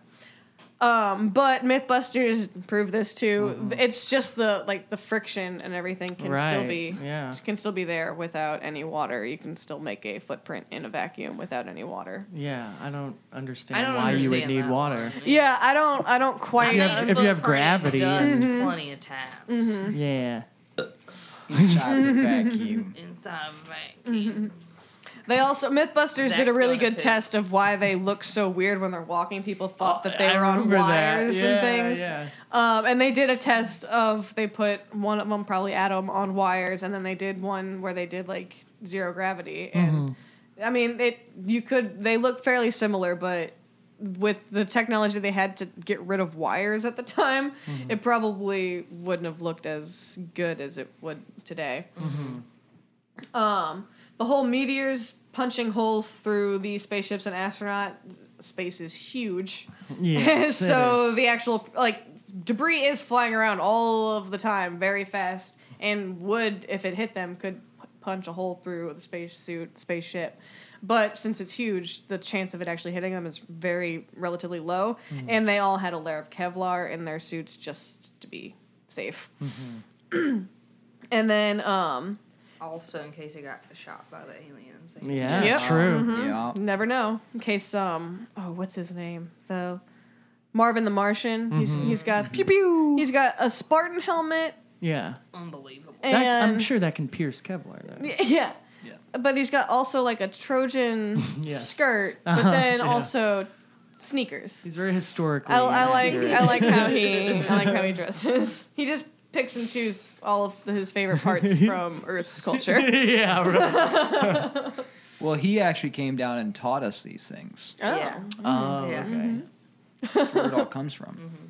[SPEAKER 11] Um, but MythBusters proved this too. It's just the like the friction and everything can still
[SPEAKER 13] Mm-hmm. Right,
[SPEAKER 11] be
[SPEAKER 13] yeah.
[SPEAKER 11] can still be there without any water. You can still make a footprint in a vacuum without any water.
[SPEAKER 13] Yeah, I don't understand
[SPEAKER 11] I don't
[SPEAKER 13] why you would
[SPEAKER 11] understand
[SPEAKER 13] need water.
[SPEAKER 11] Yeah, I don't I don't quite
[SPEAKER 13] If you have, if you have gravity,
[SPEAKER 4] dust
[SPEAKER 11] Mm-hmm.
[SPEAKER 13] and-
[SPEAKER 4] plenty of times.
[SPEAKER 13] yeah.
[SPEAKER 2] Inside
[SPEAKER 11] the
[SPEAKER 2] vacuum.
[SPEAKER 4] Inside of a vacuum.
[SPEAKER 11] Mm-hmm. They also MythBusters did a
[SPEAKER 4] Zach's going to
[SPEAKER 11] really good
[SPEAKER 4] poop.
[SPEAKER 11] test of why they look so weird when they're walking. People thought that they
[SPEAKER 13] Oh, I
[SPEAKER 11] were on
[SPEAKER 13] remember that.
[SPEAKER 11] wires
[SPEAKER 13] Yeah,
[SPEAKER 11] and things.
[SPEAKER 13] yeah.
[SPEAKER 11] Um, and they did a test of they put one of them probably Adam on wires, and then they did one where they did like zero gravity. And
[SPEAKER 13] Mm-hmm.
[SPEAKER 11] I mean, it you could they look fairly similar, but with the technology they had to get rid of wires at the time,
[SPEAKER 13] Mhm.
[SPEAKER 11] it probably wouldn't have looked as good as it would today.
[SPEAKER 13] Mhm.
[SPEAKER 11] Um, the whole meteors punching holes through the spaceships and astronaut space is huge.
[SPEAKER 13] Yes, it
[SPEAKER 11] so
[SPEAKER 13] is.
[SPEAKER 11] the actual like debris is flying around all of the time, very fast, and would if it hit them could p- punch a hole through the spacesuit spaceship. But since it's huge, the chance of it actually hitting them is very relatively low,
[SPEAKER 13] Mhm.
[SPEAKER 11] and they all had a layer of Kevlar in their suits just to be safe.
[SPEAKER 13] Mhm.
[SPEAKER 11] And then um,
[SPEAKER 15] Also, in case he got shot by the aliens.
[SPEAKER 13] Yeah, true.
[SPEAKER 11] Mhm.
[SPEAKER 13] Yeah.
[SPEAKER 11] Never know. In case um oh what's his name? The Marvin the Martian. He's
[SPEAKER 13] Mhm.
[SPEAKER 11] he's got pew pew. He's got a Spartan helmet.
[SPEAKER 13] Yeah.
[SPEAKER 4] Unbelievable.
[SPEAKER 13] That, I'm
[SPEAKER 11] And-
[SPEAKER 13] sure that can pierce Kevlar. Though.
[SPEAKER 11] Y- Yeah. But he's got also like a Trojan
[SPEAKER 13] Yes.
[SPEAKER 11] skirt, but
[SPEAKER 13] Uh-huh,
[SPEAKER 11] then
[SPEAKER 13] yeah.
[SPEAKER 11] also sneakers.
[SPEAKER 13] He's very historically.
[SPEAKER 11] I, I like
[SPEAKER 13] accurate.
[SPEAKER 11] I like how he I like how he dresses. He just picks and chooses all of his favorite parts from Earth's culture.
[SPEAKER 13] Yeah,
[SPEAKER 2] Well, he actually came down and taught us these things.
[SPEAKER 11] Oh. Yeah.
[SPEAKER 2] Oh,
[SPEAKER 13] Um,
[SPEAKER 11] Yeah. Mm-hmm.
[SPEAKER 2] okay. That's where it all comes from.
[SPEAKER 13] Mm-hmm.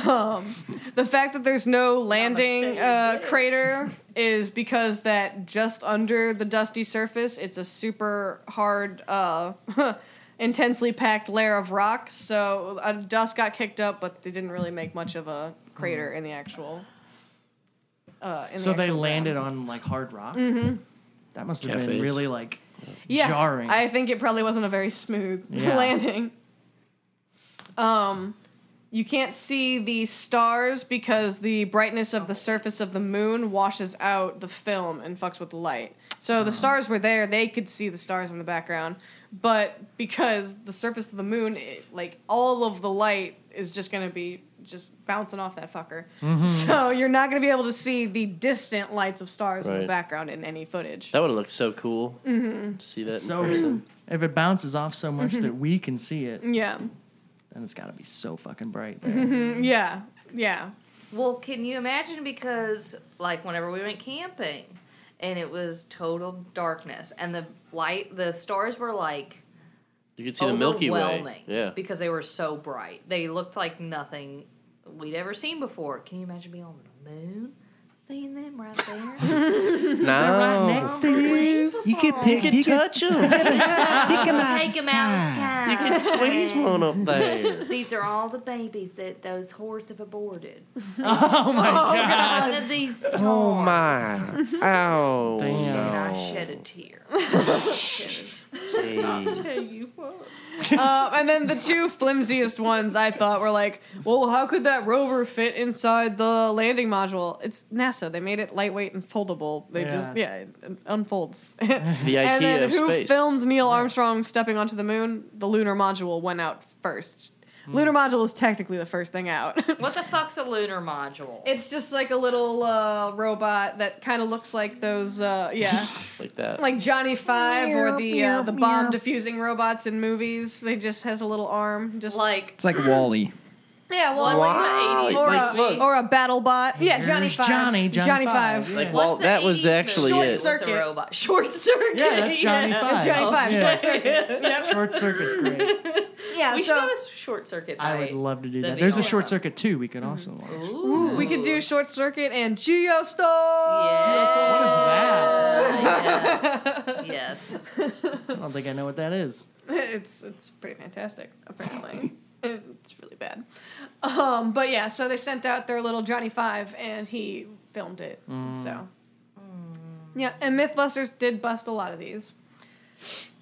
[SPEAKER 15] Namaste.
[SPEAKER 11] Um, the fact that there's no landing uh, crater is because that just under the dusty surface, it's a super hard, uh, intensely packed layer of rock. So uh, dust got kicked up, but they didn't really make much of a crater in the actual. Uh, in
[SPEAKER 13] Uh-huh. so
[SPEAKER 11] the
[SPEAKER 13] they
[SPEAKER 11] actual
[SPEAKER 13] landed on like hard rock.
[SPEAKER 11] Mhm.
[SPEAKER 13] That must have
[SPEAKER 14] Cafes.
[SPEAKER 13] been really like
[SPEAKER 11] yeah,
[SPEAKER 13] jarring.
[SPEAKER 11] I think it probably wasn't a very smooth
[SPEAKER 13] Yeah.
[SPEAKER 11] landing. Um, you can't see the stars because the brightness of the surface of the moon washes out the film and fucks with the light. So
[SPEAKER 14] Uh-huh.
[SPEAKER 11] the stars were there; they could see the stars in the background, but because the surface of the moon, it, like all of the light is just gonna be just bouncing off that fucker.
[SPEAKER 14] Mhm.
[SPEAKER 11] So you're not gonna be able to see the distant lights of stars in the
[SPEAKER 14] Right.
[SPEAKER 11] background in any footage.
[SPEAKER 14] That would have looked so cool
[SPEAKER 4] Mm-hmm.
[SPEAKER 11] Mhm.
[SPEAKER 14] to see that. in
[SPEAKER 13] so
[SPEAKER 14] person.
[SPEAKER 13] if it bounces off so much
[SPEAKER 11] Mhm.
[SPEAKER 13] that we can see it,
[SPEAKER 11] Yeah.
[SPEAKER 13] then it's got to be so fucking bright.
[SPEAKER 11] Mhm, yeah, yeah.
[SPEAKER 15] Well, can you imagine? Because, like, whenever we went camping and it was total darkness and the light, the stars were like
[SPEAKER 14] You could see
[SPEAKER 4] Oh.
[SPEAKER 14] the Milky
[SPEAKER 15] overwhelming
[SPEAKER 14] Way. Yeah.
[SPEAKER 15] Because they were so bright. They looked like nothing we'd ever seen before. Can you imagine being on the moon? Seeing them right there.
[SPEAKER 14] They're right
[SPEAKER 12] next to you. You could pick. You could touch them. Pick them out.
[SPEAKER 15] Take them out
[SPEAKER 14] You
[SPEAKER 15] of the
[SPEAKER 14] could
[SPEAKER 15] sky.
[SPEAKER 14] squeeze one up there.
[SPEAKER 15] These are all the babies that those horses have aborted.
[SPEAKER 14] Oh, my God.
[SPEAKER 15] One of these stars.
[SPEAKER 14] Oh my! Ow!
[SPEAKER 15] And I
[SPEAKER 14] Oh, No.
[SPEAKER 15] shed a tear. I shed a tear. I'll
[SPEAKER 14] Jeez.
[SPEAKER 15] tell you what.
[SPEAKER 11] um, and then the two flimsiest ones I thought were like, well, how could that rover fit inside the landing module? It's NASA. They made it lightweight and foldable. They just, yeah, it unfolds. the
[SPEAKER 14] IKEA
[SPEAKER 11] and then
[SPEAKER 14] of
[SPEAKER 11] who
[SPEAKER 14] space.
[SPEAKER 11] films Neil Armstrong stepping onto the moon? The lunar module went out first. Lunar module is technically the first thing out.
[SPEAKER 15] What the fuck's a lunar module?
[SPEAKER 11] it's just like a little uh, robot that kind of looks like those, uh, yeah.
[SPEAKER 14] like that.
[SPEAKER 11] like Johnny Five or the
[SPEAKER 15] Meow,
[SPEAKER 11] uh, the
[SPEAKER 15] meow,
[SPEAKER 11] bomb
[SPEAKER 15] meow.
[SPEAKER 11] defusing robots in movies. They just has a little arm, just like
[SPEAKER 2] It's like Wally.
[SPEAKER 11] yeah, well,
[SPEAKER 2] Like
[SPEAKER 14] Wow,
[SPEAKER 11] like
[SPEAKER 14] it's
[SPEAKER 11] or,
[SPEAKER 14] like,
[SPEAKER 11] a,
[SPEAKER 14] look.
[SPEAKER 11] or a battle bot. Yeah,
[SPEAKER 13] Here's
[SPEAKER 11] Johnny Five.
[SPEAKER 13] Johnny, Johnny
[SPEAKER 11] Five.
[SPEAKER 13] Five,
[SPEAKER 14] Like Walt, that was actually
[SPEAKER 11] Short
[SPEAKER 14] it.
[SPEAKER 11] circuit
[SPEAKER 15] robot. Short circuit.
[SPEAKER 13] Yeah, that's Johnny
[SPEAKER 11] yeah.
[SPEAKER 13] Five.
[SPEAKER 11] That's Johnny Five.
[SPEAKER 13] Yeah. Short
[SPEAKER 11] Short circuit. Yep.
[SPEAKER 13] circuit's great.
[SPEAKER 11] Yeah,
[SPEAKER 15] we
[SPEAKER 11] so-
[SPEAKER 15] should have a short circuit.
[SPEAKER 13] I would
[SPEAKER 15] night.
[SPEAKER 13] love to do
[SPEAKER 15] That'd
[SPEAKER 13] that.
[SPEAKER 15] be
[SPEAKER 13] There's a
[SPEAKER 15] awesome.
[SPEAKER 13] short circuit too. We could also watch.
[SPEAKER 11] Ooh, we could do short circuit and Geostorm.
[SPEAKER 15] Yeah.
[SPEAKER 13] What is that?
[SPEAKER 16] yes. yes.
[SPEAKER 13] I don't think I know what that is.
[SPEAKER 11] it's it's pretty fantastic. Apparently, it's really bad. Um, but yeah, so they sent out their little Johnny Five, and he filmed it.
[SPEAKER 13] Mm.
[SPEAKER 11] So yeah, and MythBusters did bust a lot of these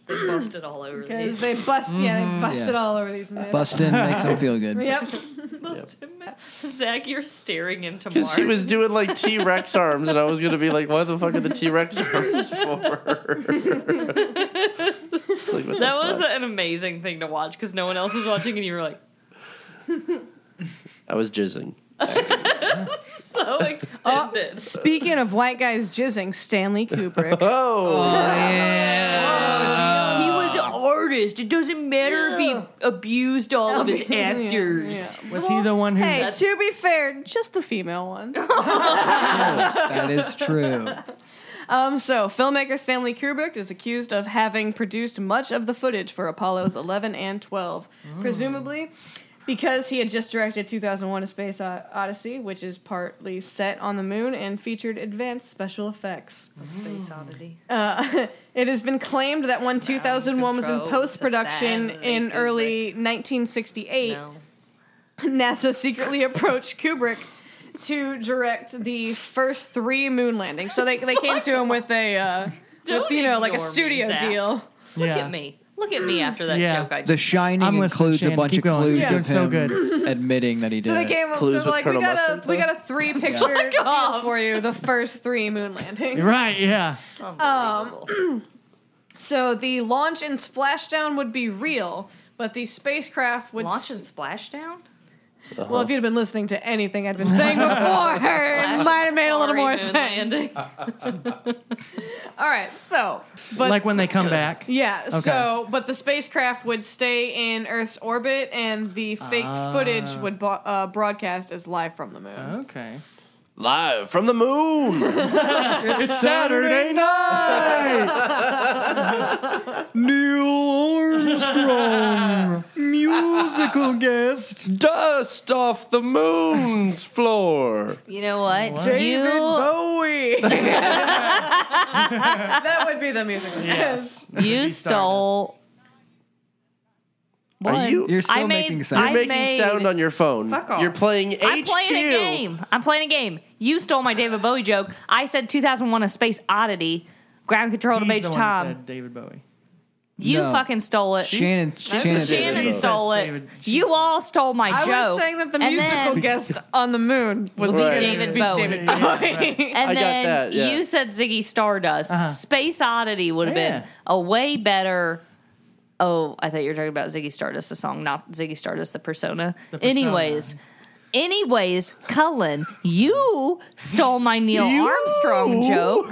[SPEAKER 4] They busted all over
[SPEAKER 11] because
[SPEAKER 4] these.
[SPEAKER 11] they bust. Yeah,
[SPEAKER 13] Mm-hmm.
[SPEAKER 17] Mhm.
[SPEAKER 11] they busted
[SPEAKER 17] Yeah.
[SPEAKER 11] all over these. myths.
[SPEAKER 17] Bustin' makes them feel good.
[SPEAKER 11] Yep.
[SPEAKER 4] Zach, you're staring into Mark.
[SPEAKER 14] Because he was doing like T Rex arms, and I was gonna be like, "Why the fuck are the T Rex arms for?" It's like, what the
[SPEAKER 4] that was
[SPEAKER 14] fuck?
[SPEAKER 4] an amazing thing to watch because no one else was watching, and you were like
[SPEAKER 14] I was jizzing.
[SPEAKER 4] so "Oh, extended.
[SPEAKER 11] Speaking of white guys jizzing, Stanley Kubrick.
[SPEAKER 14] oh
[SPEAKER 4] yeah. He was an artist. It doesn't matter if he abused all of his
[SPEAKER 11] Yeah, yeah.
[SPEAKER 4] actors.
[SPEAKER 13] Was he the one who?
[SPEAKER 11] Hey, to be fair, just the female one.
[SPEAKER 17] That is true.
[SPEAKER 11] Um, so, filmmaker Stanley Kubrick is accused of having produced much of the footage for Apollos 11 and 12,
[SPEAKER 4] Mm.
[SPEAKER 11] presumably because he had just directed 2001 A Space O- Odyssey, which is partly set on the moon and featured advanced special effects.
[SPEAKER 4] Space oddity.
[SPEAKER 11] Uh, it has been claimed that when 2001 was in
[SPEAKER 4] control to
[SPEAKER 11] post production
[SPEAKER 4] Stanley
[SPEAKER 11] in
[SPEAKER 4] Kubrick.
[SPEAKER 11] early 1968, NASA secretly approached Kubrick to direct the first three moon landings. So they, they came to him with a, uh, with,
[SPEAKER 4] Don't
[SPEAKER 11] you know, like a
[SPEAKER 4] ignore me,
[SPEAKER 11] studio
[SPEAKER 4] Zach.
[SPEAKER 11] deal.
[SPEAKER 4] Look
[SPEAKER 17] Yeah.
[SPEAKER 4] at me. Look at me after that
[SPEAKER 17] Yeah.
[SPEAKER 4] joke I
[SPEAKER 17] The Shining
[SPEAKER 13] I'm listening,
[SPEAKER 17] includes a
[SPEAKER 13] Shannon.
[SPEAKER 17] bunch
[SPEAKER 13] Keep
[SPEAKER 17] of
[SPEAKER 13] going.
[SPEAKER 17] clues
[SPEAKER 13] You're
[SPEAKER 17] of
[SPEAKER 13] doing so
[SPEAKER 17] him
[SPEAKER 13] good.
[SPEAKER 17] admitting that he did
[SPEAKER 11] So they
[SPEAKER 17] it.
[SPEAKER 11] came up so
[SPEAKER 14] Clues
[SPEAKER 11] they're
[SPEAKER 14] with
[SPEAKER 11] like,
[SPEAKER 14] Colonel
[SPEAKER 11] we got
[SPEAKER 14] Mustard
[SPEAKER 11] a we got a three picture deal for you, the first three moon landings.
[SPEAKER 13] Right? Yeah.
[SPEAKER 11] Um, so the launch and splashdown would be real, but the spacecraft would
[SPEAKER 4] Launch
[SPEAKER 11] s-
[SPEAKER 4] and splashdown?
[SPEAKER 11] Well, if you'd been listening to anything I'd been saying before, it might have made a little more sense. All right, so but
[SPEAKER 13] like when they come back.
[SPEAKER 11] yeah,
[SPEAKER 13] Okay.
[SPEAKER 11] so but the spacecraft would stay in Earth's orbit, and the fake footage
[SPEAKER 13] Ah.
[SPEAKER 11] would bo- uh, broadcast as live from the moon.
[SPEAKER 13] Okay.
[SPEAKER 14] Live from the moon.
[SPEAKER 13] It's Saturday night. Neil Armstrong, musical guest.
[SPEAKER 14] Dust off the moon's floor.
[SPEAKER 4] You know what?
[SPEAKER 11] David
[SPEAKER 4] You,
[SPEAKER 11] Bowie. that would be the music.
[SPEAKER 13] Yes.
[SPEAKER 4] you stole.
[SPEAKER 14] Are you?
[SPEAKER 17] You're still
[SPEAKER 4] I made-
[SPEAKER 17] making
[SPEAKER 14] You're
[SPEAKER 17] sound.
[SPEAKER 4] I
[SPEAKER 14] making
[SPEAKER 4] made-
[SPEAKER 14] sound on your phone.
[SPEAKER 4] Fuck off.
[SPEAKER 14] You're playing HQ.
[SPEAKER 4] I'm playing a game. I'm playing a game. You stole my David Bowie joke. I said 2001 A Space Oddity, Ground Control to
[SPEAKER 13] He's
[SPEAKER 4] Major
[SPEAKER 13] the one who
[SPEAKER 4] Tom.
[SPEAKER 13] said David Bowie.
[SPEAKER 4] You
[SPEAKER 17] No.
[SPEAKER 4] fucking stole it.
[SPEAKER 17] Shannon, Shannon,
[SPEAKER 4] Shannon
[SPEAKER 14] David Bowie.
[SPEAKER 4] stole it.
[SPEAKER 13] David- she
[SPEAKER 4] you all stole my
[SPEAKER 11] I
[SPEAKER 4] joke.
[SPEAKER 11] was saying that the
[SPEAKER 4] And
[SPEAKER 11] musical
[SPEAKER 4] then-
[SPEAKER 11] guest on the moon was
[SPEAKER 14] Right.
[SPEAKER 11] gonna
[SPEAKER 4] David
[SPEAKER 11] be
[SPEAKER 4] Bowie.
[SPEAKER 11] David
[SPEAKER 13] Yeah,
[SPEAKER 11] Bowie.
[SPEAKER 4] And
[SPEAKER 14] I got
[SPEAKER 4] then
[SPEAKER 14] that, yeah.
[SPEAKER 4] you said Ziggy Stardust. Space Oddity would have
[SPEAKER 13] Yeah.
[SPEAKER 4] been a way better. Oh, I thought you were talking about Ziggy Stardust, the song, not Ziggy Stardust, the persona.
[SPEAKER 13] persona.
[SPEAKER 4] Anyways, anyways, Cullen, you stole my Neil
[SPEAKER 14] You?
[SPEAKER 4] Armstrong joke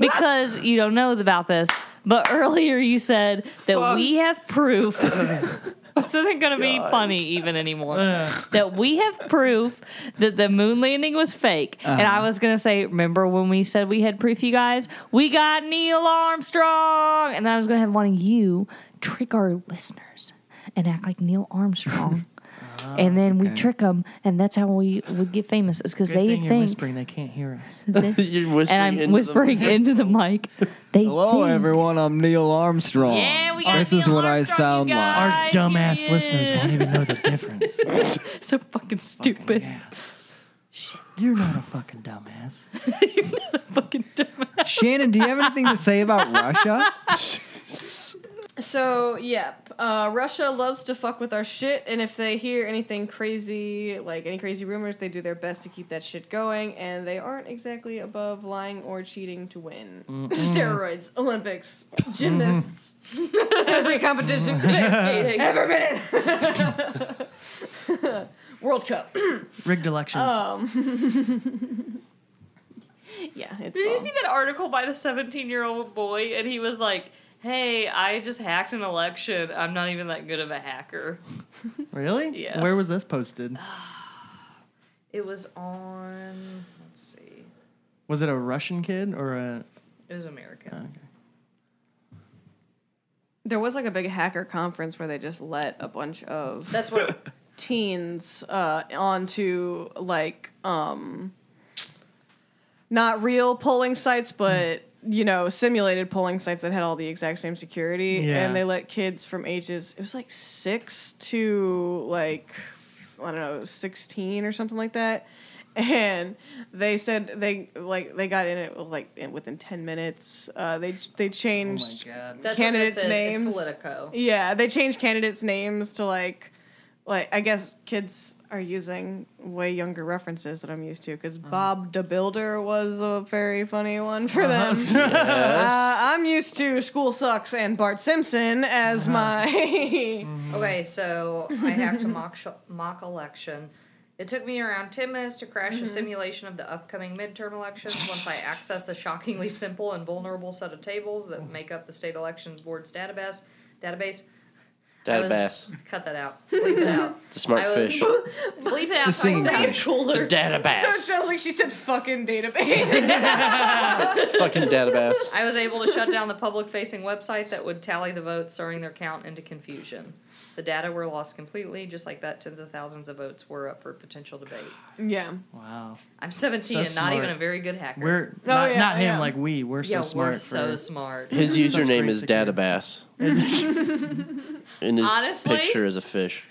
[SPEAKER 4] because you don't know about this. But earlier you said that
[SPEAKER 14] Fuck.
[SPEAKER 4] we have proof. this isn't going to be funny even anymore that we have proof that the moon landing was fake. And
[SPEAKER 13] Uh-huh.
[SPEAKER 4] I was gonna say, remember when we said we had proof, you guys? We got Neil Armstrong, and I was gonna have one of you trick our listeners and act like Neil Armstrong. And then we trick them, and that's how we would get famous. Is because
[SPEAKER 13] Ah, Good
[SPEAKER 4] they
[SPEAKER 13] thing you're
[SPEAKER 4] think,
[SPEAKER 13] whispering; they can't hear us.
[SPEAKER 14] You're whispering.
[SPEAKER 4] and
[SPEAKER 14] into
[SPEAKER 4] I'm
[SPEAKER 14] the-
[SPEAKER 4] whispering into the mic. They
[SPEAKER 17] Hello,
[SPEAKER 4] think-
[SPEAKER 17] everyone. I'm Neil Armstrong.
[SPEAKER 4] Yeah, we got
[SPEAKER 17] This is
[SPEAKER 4] Neil
[SPEAKER 17] what I
[SPEAKER 4] Armstrong,
[SPEAKER 17] sound
[SPEAKER 4] you
[SPEAKER 17] like.
[SPEAKER 13] Our
[SPEAKER 4] Guys,
[SPEAKER 13] dumbass
[SPEAKER 4] yeah.
[SPEAKER 13] listeners won't even know the difference.
[SPEAKER 4] So fucking stupid,
[SPEAKER 13] yeah. Shit, you're not a fucking dumbass.
[SPEAKER 4] fucking dumb.
[SPEAKER 17] Shannon, do you have anything to say about Russia?
[SPEAKER 11] So yeah, uh, Russia loves to fuck with our shit, and if they hear anything crazy, like any crazy rumors, they do their best to keep that shit going, and they aren't exactly above lying or cheating to win. Steroids, Olympics, gymnasts,
[SPEAKER 4] Mm-hmm.
[SPEAKER 11] every competition, figure skating, every minute, World Cup.
[SPEAKER 13] Rigged elections.
[SPEAKER 4] Um,
[SPEAKER 11] yeah, it's.
[SPEAKER 4] Did
[SPEAKER 11] all-
[SPEAKER 4] you see that article by the 17 year old boy? And he was like, hey, I just hacked an election. I'm not even that good of a hacker.
[SPEAKER 13] really?
[SPEAKER 4] Yeah.
[SPEAKER 13] Where was this posted?
[SPEAKER 4] It was on, let's see,
[SPEAKER 13] Was it a Russian kid or a?
[SPEAKER 4] it was American.
[SPEAKER 11] There was like a big hacker conference where they just let a bunch of
[SPEAKER 4] That's what,
[SPEAKER 11] teens uh, onto like um, not real polling sites, but you know, simulated polling sites that had all the exact same security,
[SPEAKER 13] Yeah.
[SPEAKER 11] and they let kids from ages it was like six to like I don't know sixteen or something like that, and they said they like they got in it like in, within ten minutes. Uh, they they changed
[SPEAKER 4] Oh That's what this
[SPEAKER 11] candidates'
[SPEAKER 4] is. It's
[SPEAKER 11] names.
[SPEAKER 4] Politico.
[SPEAKER 11] Yeah, they changed candidates' names to like, like I guess kids are using way younger references that I'm used to because
[SPEAKER 4] Uh-huh.
[SPEAKER 11] Bob the Builder was a very funny one for
[SPEAKER 13] Uh-huh.
[SPEAKER 11] them.
[SPEAKER 13] Yes.
[SPEAKER 11] Uh, I'm used to School Sucks and Bart Simpson as
[SPEAKER 4] Uh-huh.
[SPEAKER 11] my.
[SPEAKER 4] Okay, so I hacked a mock, sh- mock election. It took me around 10 minutes to crash a
[SPEAKER 11] Mhm.
[SPEAKER 4] simulation of the upcoming midterm elections once I accessed the shockingly simple and vulnerable set of tables that make up the state elections board's database. Database. I was-
[SPEAKER 14] Database.
[SPEAKER 4] cut that out. Bleep it out.
[SPEAKER 14] It's a smart
[SPEAKER 4] I was-
[SPEAKER 14] fish.
[SPEAKER 4] Bleep it out.
[SPEAKER 14] Just
[SPEAKER 4] so I
[SPEAKER 14] singing
[SPEAKER 4] sound
[SPEAKER 14] fish.
[SPEAKER 4] cooler.
[SPEAKER 14] The database.
[SPEAKER 11] So it sounds like she said fucking database.
[SPEAKER 14] Fucking database.
[SPEAKER 4] I was able to shut down the public facing website that would tally the votes, throwing their count into confusion. The data were lost completely, just like that tens of thousands of votes were up for potential debate.
[SPEAKER 11] yeah.
[SPEAKER 13] Wow.
[SPEAKER 4] I'm 17
[SPEAKER 13] So
[SPEAKER 4] and not
[SPEAKER 13] smart.
[SPEAKER 4] even a very good hacker.
[SPEAKER 13] We're
[SPEAKER 4] Oh,
[SPEAKER 13] not,
[SPEAKER 4] yeah,
[SPEAKER 13] not
[SPEAKER 4] I
[SPEAKER 13] him,
[SPEAKER 4] am.
[SPEAKER 13] like we. We're so
[SPEAKER 4] Yeah,
[SPEAKER 13] smart.
[SPEAKER 4] we're so
[SPEAKER 13] for-
[SPEAKER 4] smart.
[SPEAKER 14] His
[SPEAKER 13] That's
[SPEAKER 14] username
[SPEAKER 13] pretty
[SPEAKER 14] is
[SPEAKER 13] secure.
[SPEAKER 14] Databass, and his
[SPEAKER 4] Honestly?
[SPEAKER 14] picture is a fish.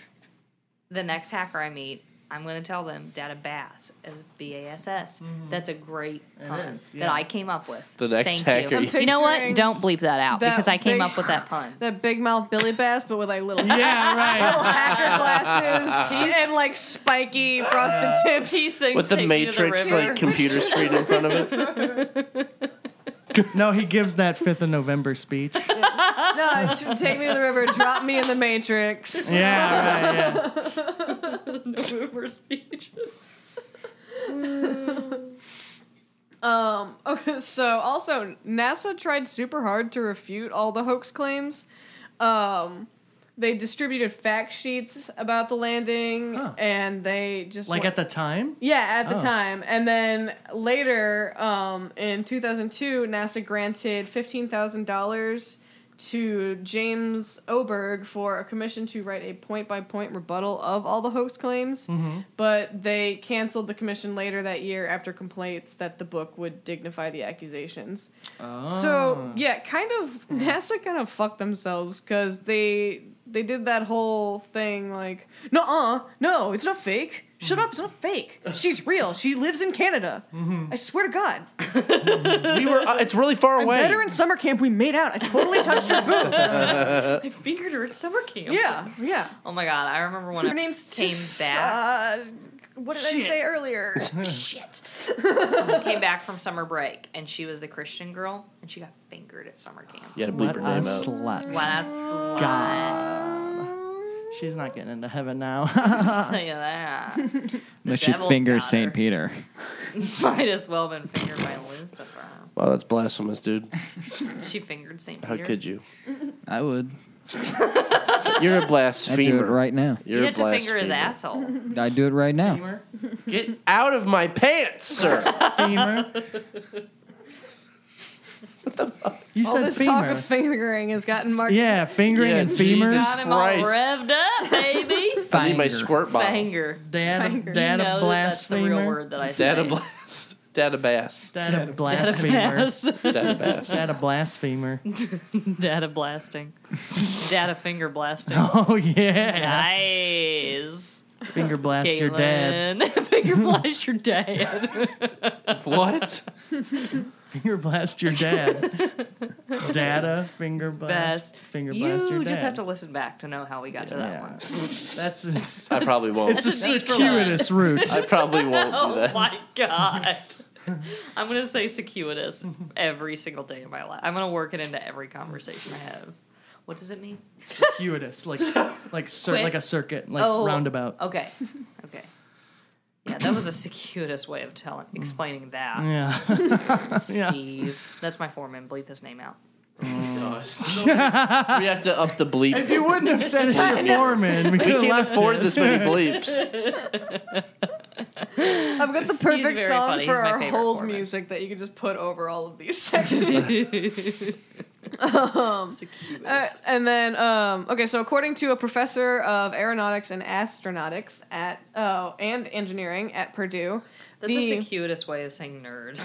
[SPEAKER 4] The next hacker I meet, I'm going to tell them data bass as B A S S. That's a great
[SPEAKER 14] It
[SPEAKER 4] pun
[SPEAKER 14] is, yeah.
[SPEAKER 4] that I came up with.
[SPEAKER 14] The next
[SPEAKER 4] Thank
[SPEAKER 14] hacker
[SPEAKER 4] You.
[SPEAKER 14] you-
[SPEAKER 4] you know
[SPEAKER 11] picturing
[SPEAKER 4] what? Don't bleep that out
[SPEAKER 11] that
[SPEAKER 4] because I came
[SPEAKER 11] big-
[SPEAKER 4] up with that pun.
[SPEAKER 11] That big mouth Billy Bass, but with like little
[SPEAKER 4] Yeah, right.
[SPEAKER 11] little hacker glasses and like spiky frosted tips.
[SPEAKER 4] He sings
[SPEAKER 14] With the Matrix like computer screen in front of it.
[SPEAKER 13] no, he gives that Fifth of November speech.
[SPEAKER 11] no, it should take me to the river, drop me in the matrix.
[SPEAKER 13] Yeah,
[SPEAKER 4] November speech.
[SPEAKER 11] um. Okay. So also, NASA tried super hard to refute all the hoax claims. Um. They distributed fact sheets about the landing, and they just
[SPEAKER 13] like
[SPEAKER 11] wa-
[SPEAKER 13] at the time.
[SPEAKER 11] Yeah, at the
[SPEAKER 13] Oh.
[SPEAKER 11] time. And then later, um, in 2002, NASA granted $15,000 to James Oberg for a commission to write a point by point rebuttal of all the hoax claims.
[SPEAKER 13] Mhm.
[SPEAKER 11] But they canceled the commission later that year after complaints that the book would dignify the accusations.
[SPEAKER 13] Oh.
[SPEAKER 11] So, yeah, kind of, NASA kind of fucked themselves because they. They did that whole thing like, no, uh, no, it's not fake. Shut up, it's not fake. She's real. She lives in Canada.
[SPEAKER 13] Mm-hmm.
[SPEAKER 11] I swear to God.
[SPEAKER 14] we were. Uh, it's really far
[SPEAKER 11] I
[SPEAKER 14] away.
[SPEAKER 11] met her in summer camp. We made out. I totally touched her boob.
[SPEAKER 4] I fingered her at summer camp.
[SPEAKER 11] yeah, yeah.
[SPEAKER 4] Oh my god, I remember when
[SPEAKER 11] Her
[SPEAKER 4] I
[SPEAKER 11] name's
[SPEAKER 4] came
[SPEAKER 11] Tiff-
[SPEAKER 4] back.
[SPEAKER 11] Uh, what did I say earlier? Shit.
[SPEAKER 4] came back from summer break, and she was the Christian girl, and she got fingered at summer camp.
[SPEAKER 14] You had to bleep
[SPEAKER 13] What
[SPEAKER 14] her
[SPEAKER 13] a
[SPEAKER 14] name out.
[SPEAKER 13] slut.
[SPEAKER 4] What a slut.
[SPEAKER 13] God. She's not getting into heaven now.
[SPEAKER 4] Tell you that.
[SPEAKER 18] No, she
[SPEAKER 4] devil's
[SPEAKER 18] fingers
[SPEAKER 4] got
[SPEAKER 18] St. Peter.
[SPEAKER 4] Might as well have been fingered by Lucifer.
[SPEAKER 14] Wow, that's blasphemous, dude.
[SPEAKER 4] She fingered St.
[SPEAKER 14] How
[SPEAKER 4] Peter.
[SPEAKER 14] could you?
[SPEAKER 18] I would.
[SPEAKER 14] You're a
[SPEAKER 18] I'd do it
[SPEAKER 14] blasphemer.
[SPEAKER 18] right now.
[SPEAKER 14] You're
[SPEAKER 4] you
[SPEAKER 14] a
[SPEAKER 4] had to finger
[SPEAKER 14] blasphemer.
[SPEAKER 4] his asshole.
[SPEAKER 18] I'd do it right now.
[SPEAKER 14] Get out of my pants, sir.
[SPEAKER 13] femur. You
[SPEAKER 11] All
[SPEAKER 13] said
[SPEAKER 11] this
[SPEAKER 13] femur.
[SPEAKER 11] talk of fingering has gotten Mark.
[SPEAKER 13] yeah, fingering
[SPEAKER 14] Yeah,
[SPEAKER 13] and femurs.
[SPEAKER 14] Jesus.
[SPEAKER 4] Got him all
[SPEAKER 14] Christ.
[SPEAKER 4] revved up, baby.
[SPEAKER 14] I need my
[SPEAKER 13] Fanger.
[SPEAKER 14] squirt bottle.
[SPEAKER 4] Fanger.
[SPEAKER 13] Dad,
[SPEAKER 11] Finger.
[SPEAKER 13] dad,
[SPEAKER 4] You know that that's the real
[SPEAKER 13] blasphemer.
[SPEAKER 4] word that I
[SPEAKER 14] Data
[SPEAKER 4] say.
[SPEAKER 14] blast. Data bass.
[SPEAKER 13] Dad, a blasphemer.
[SPEAKER 14] Data bass.
[SPEAKER 13] Dad, a blasphemer.
[SPEAKER 4] Data blasting. Data finger blasting.
[SPEAKER 13] Oh yeah,
[SPEAKER 4] Nice.
[SPEAKER 13] finger blast your dad.
[SPEAKER 4] Caitlin. finger blast your dad.
[SPEAKER 14] What?
[SPEAKER 13] Finger blast your dad. Data, finger blast,
[SPEAKER 4] Best.
[SPEAKER 13] finger blast your
[SPEAKER 4] You
[SPEAKER 13] dad.
[SPEAKER 4] just have to listen back to know how we got to that
[SPEAKER 13] Yeah.
[SPEAKER 4] one.
[SPEAKER 13] That's it's,
[SPEAKER 14] I probably won't.
[SPEAKER 13] it's a
[SPEAKER 4] That's a deep
[SPEAKER 13] circuitous route.
[SPEAKER 14] I probably won't do
[SPEAKER 4] Oh
[SPEAKER 14] that.
[SPEAKER 4] my god. I'm gonna say circuitous every single day of my life. I'm gonna work it into every conversation I have. What does it mean?
[SPEAKER 13] circuitous, like like cir-
[SPEAKER 4] Quick.
[SPEAKER 13] like a circuit, like
[SPEAKER 4] Oh.
[SPEAKER 13] roundabout.
[SPEAKER 4] Okay. Okay. Yeah, that was a circuitous way of telling explaining that.
[SPEAKER 13] Yeah. Mm. yeah.
[SPEAKER 4] Steve. That's my foreman. Bleep his name out.
[SPEAKER 14] We have to up the bleep.
[SPEAKER 13] If you wouldn't have said it's your foreman, we
[SPEAKER 14] We
[SPEAKER 13] could have
[SPEAKER 14] can't
[SPEAKER 13] left
[SPEAKER 14] afford
[SPEAKER 13] it.
[SPEAKER 14] this many bleeps.
[SPEAKER 11] I've got the perfect
[SPEAKER 4] very
[SPEAKER 11] song
[SPEAKER 4] funny. He's
[SPEAKER 11] for
[SPEAKER 4] my
[SPEAKER 11] our
[SPEAKER 4] favorite
[SPEAKER 11] hold
[SPEAKER 4] foreman.
[SPEAKER 11] music that you can just put over all of these sections. um, Uh,
[SPEAKER 4] Circuitous.
[SPEAKER 11] and then, um, okay, so according to a professor of aeronautics and astronautics at oh, and engineering at Purdue,
[SPEAKER 4] That's
[SPEAKER 11] the,
[SPEAKER 4] just the cutest way of saying nerd.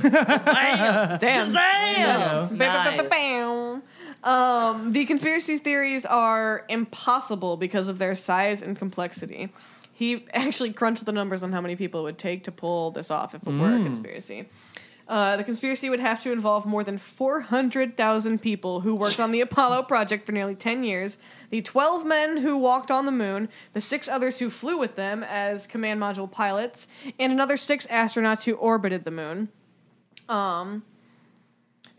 [SPEAKER 11] Damn.
[SPEAKER 4] Shazam!
[SPEAKER 11] Bam, bam, bam, bam, bam. Um, the conspiracy theories are impossible because of their size and complexity. He actually crunched the numbers on how many people it would take to pull this off if it were a
[SPEAKER 13] Mm.
[SPEAKER 11] conspiracy. Uh, the conspiracy would have to involve more than 400,000 people who worked on the Apollo project for nearly 10 years, the 12 men who walked on the moon, the six others who flew with them as command module pilots, and another six astronauts who orbited the moon. Um,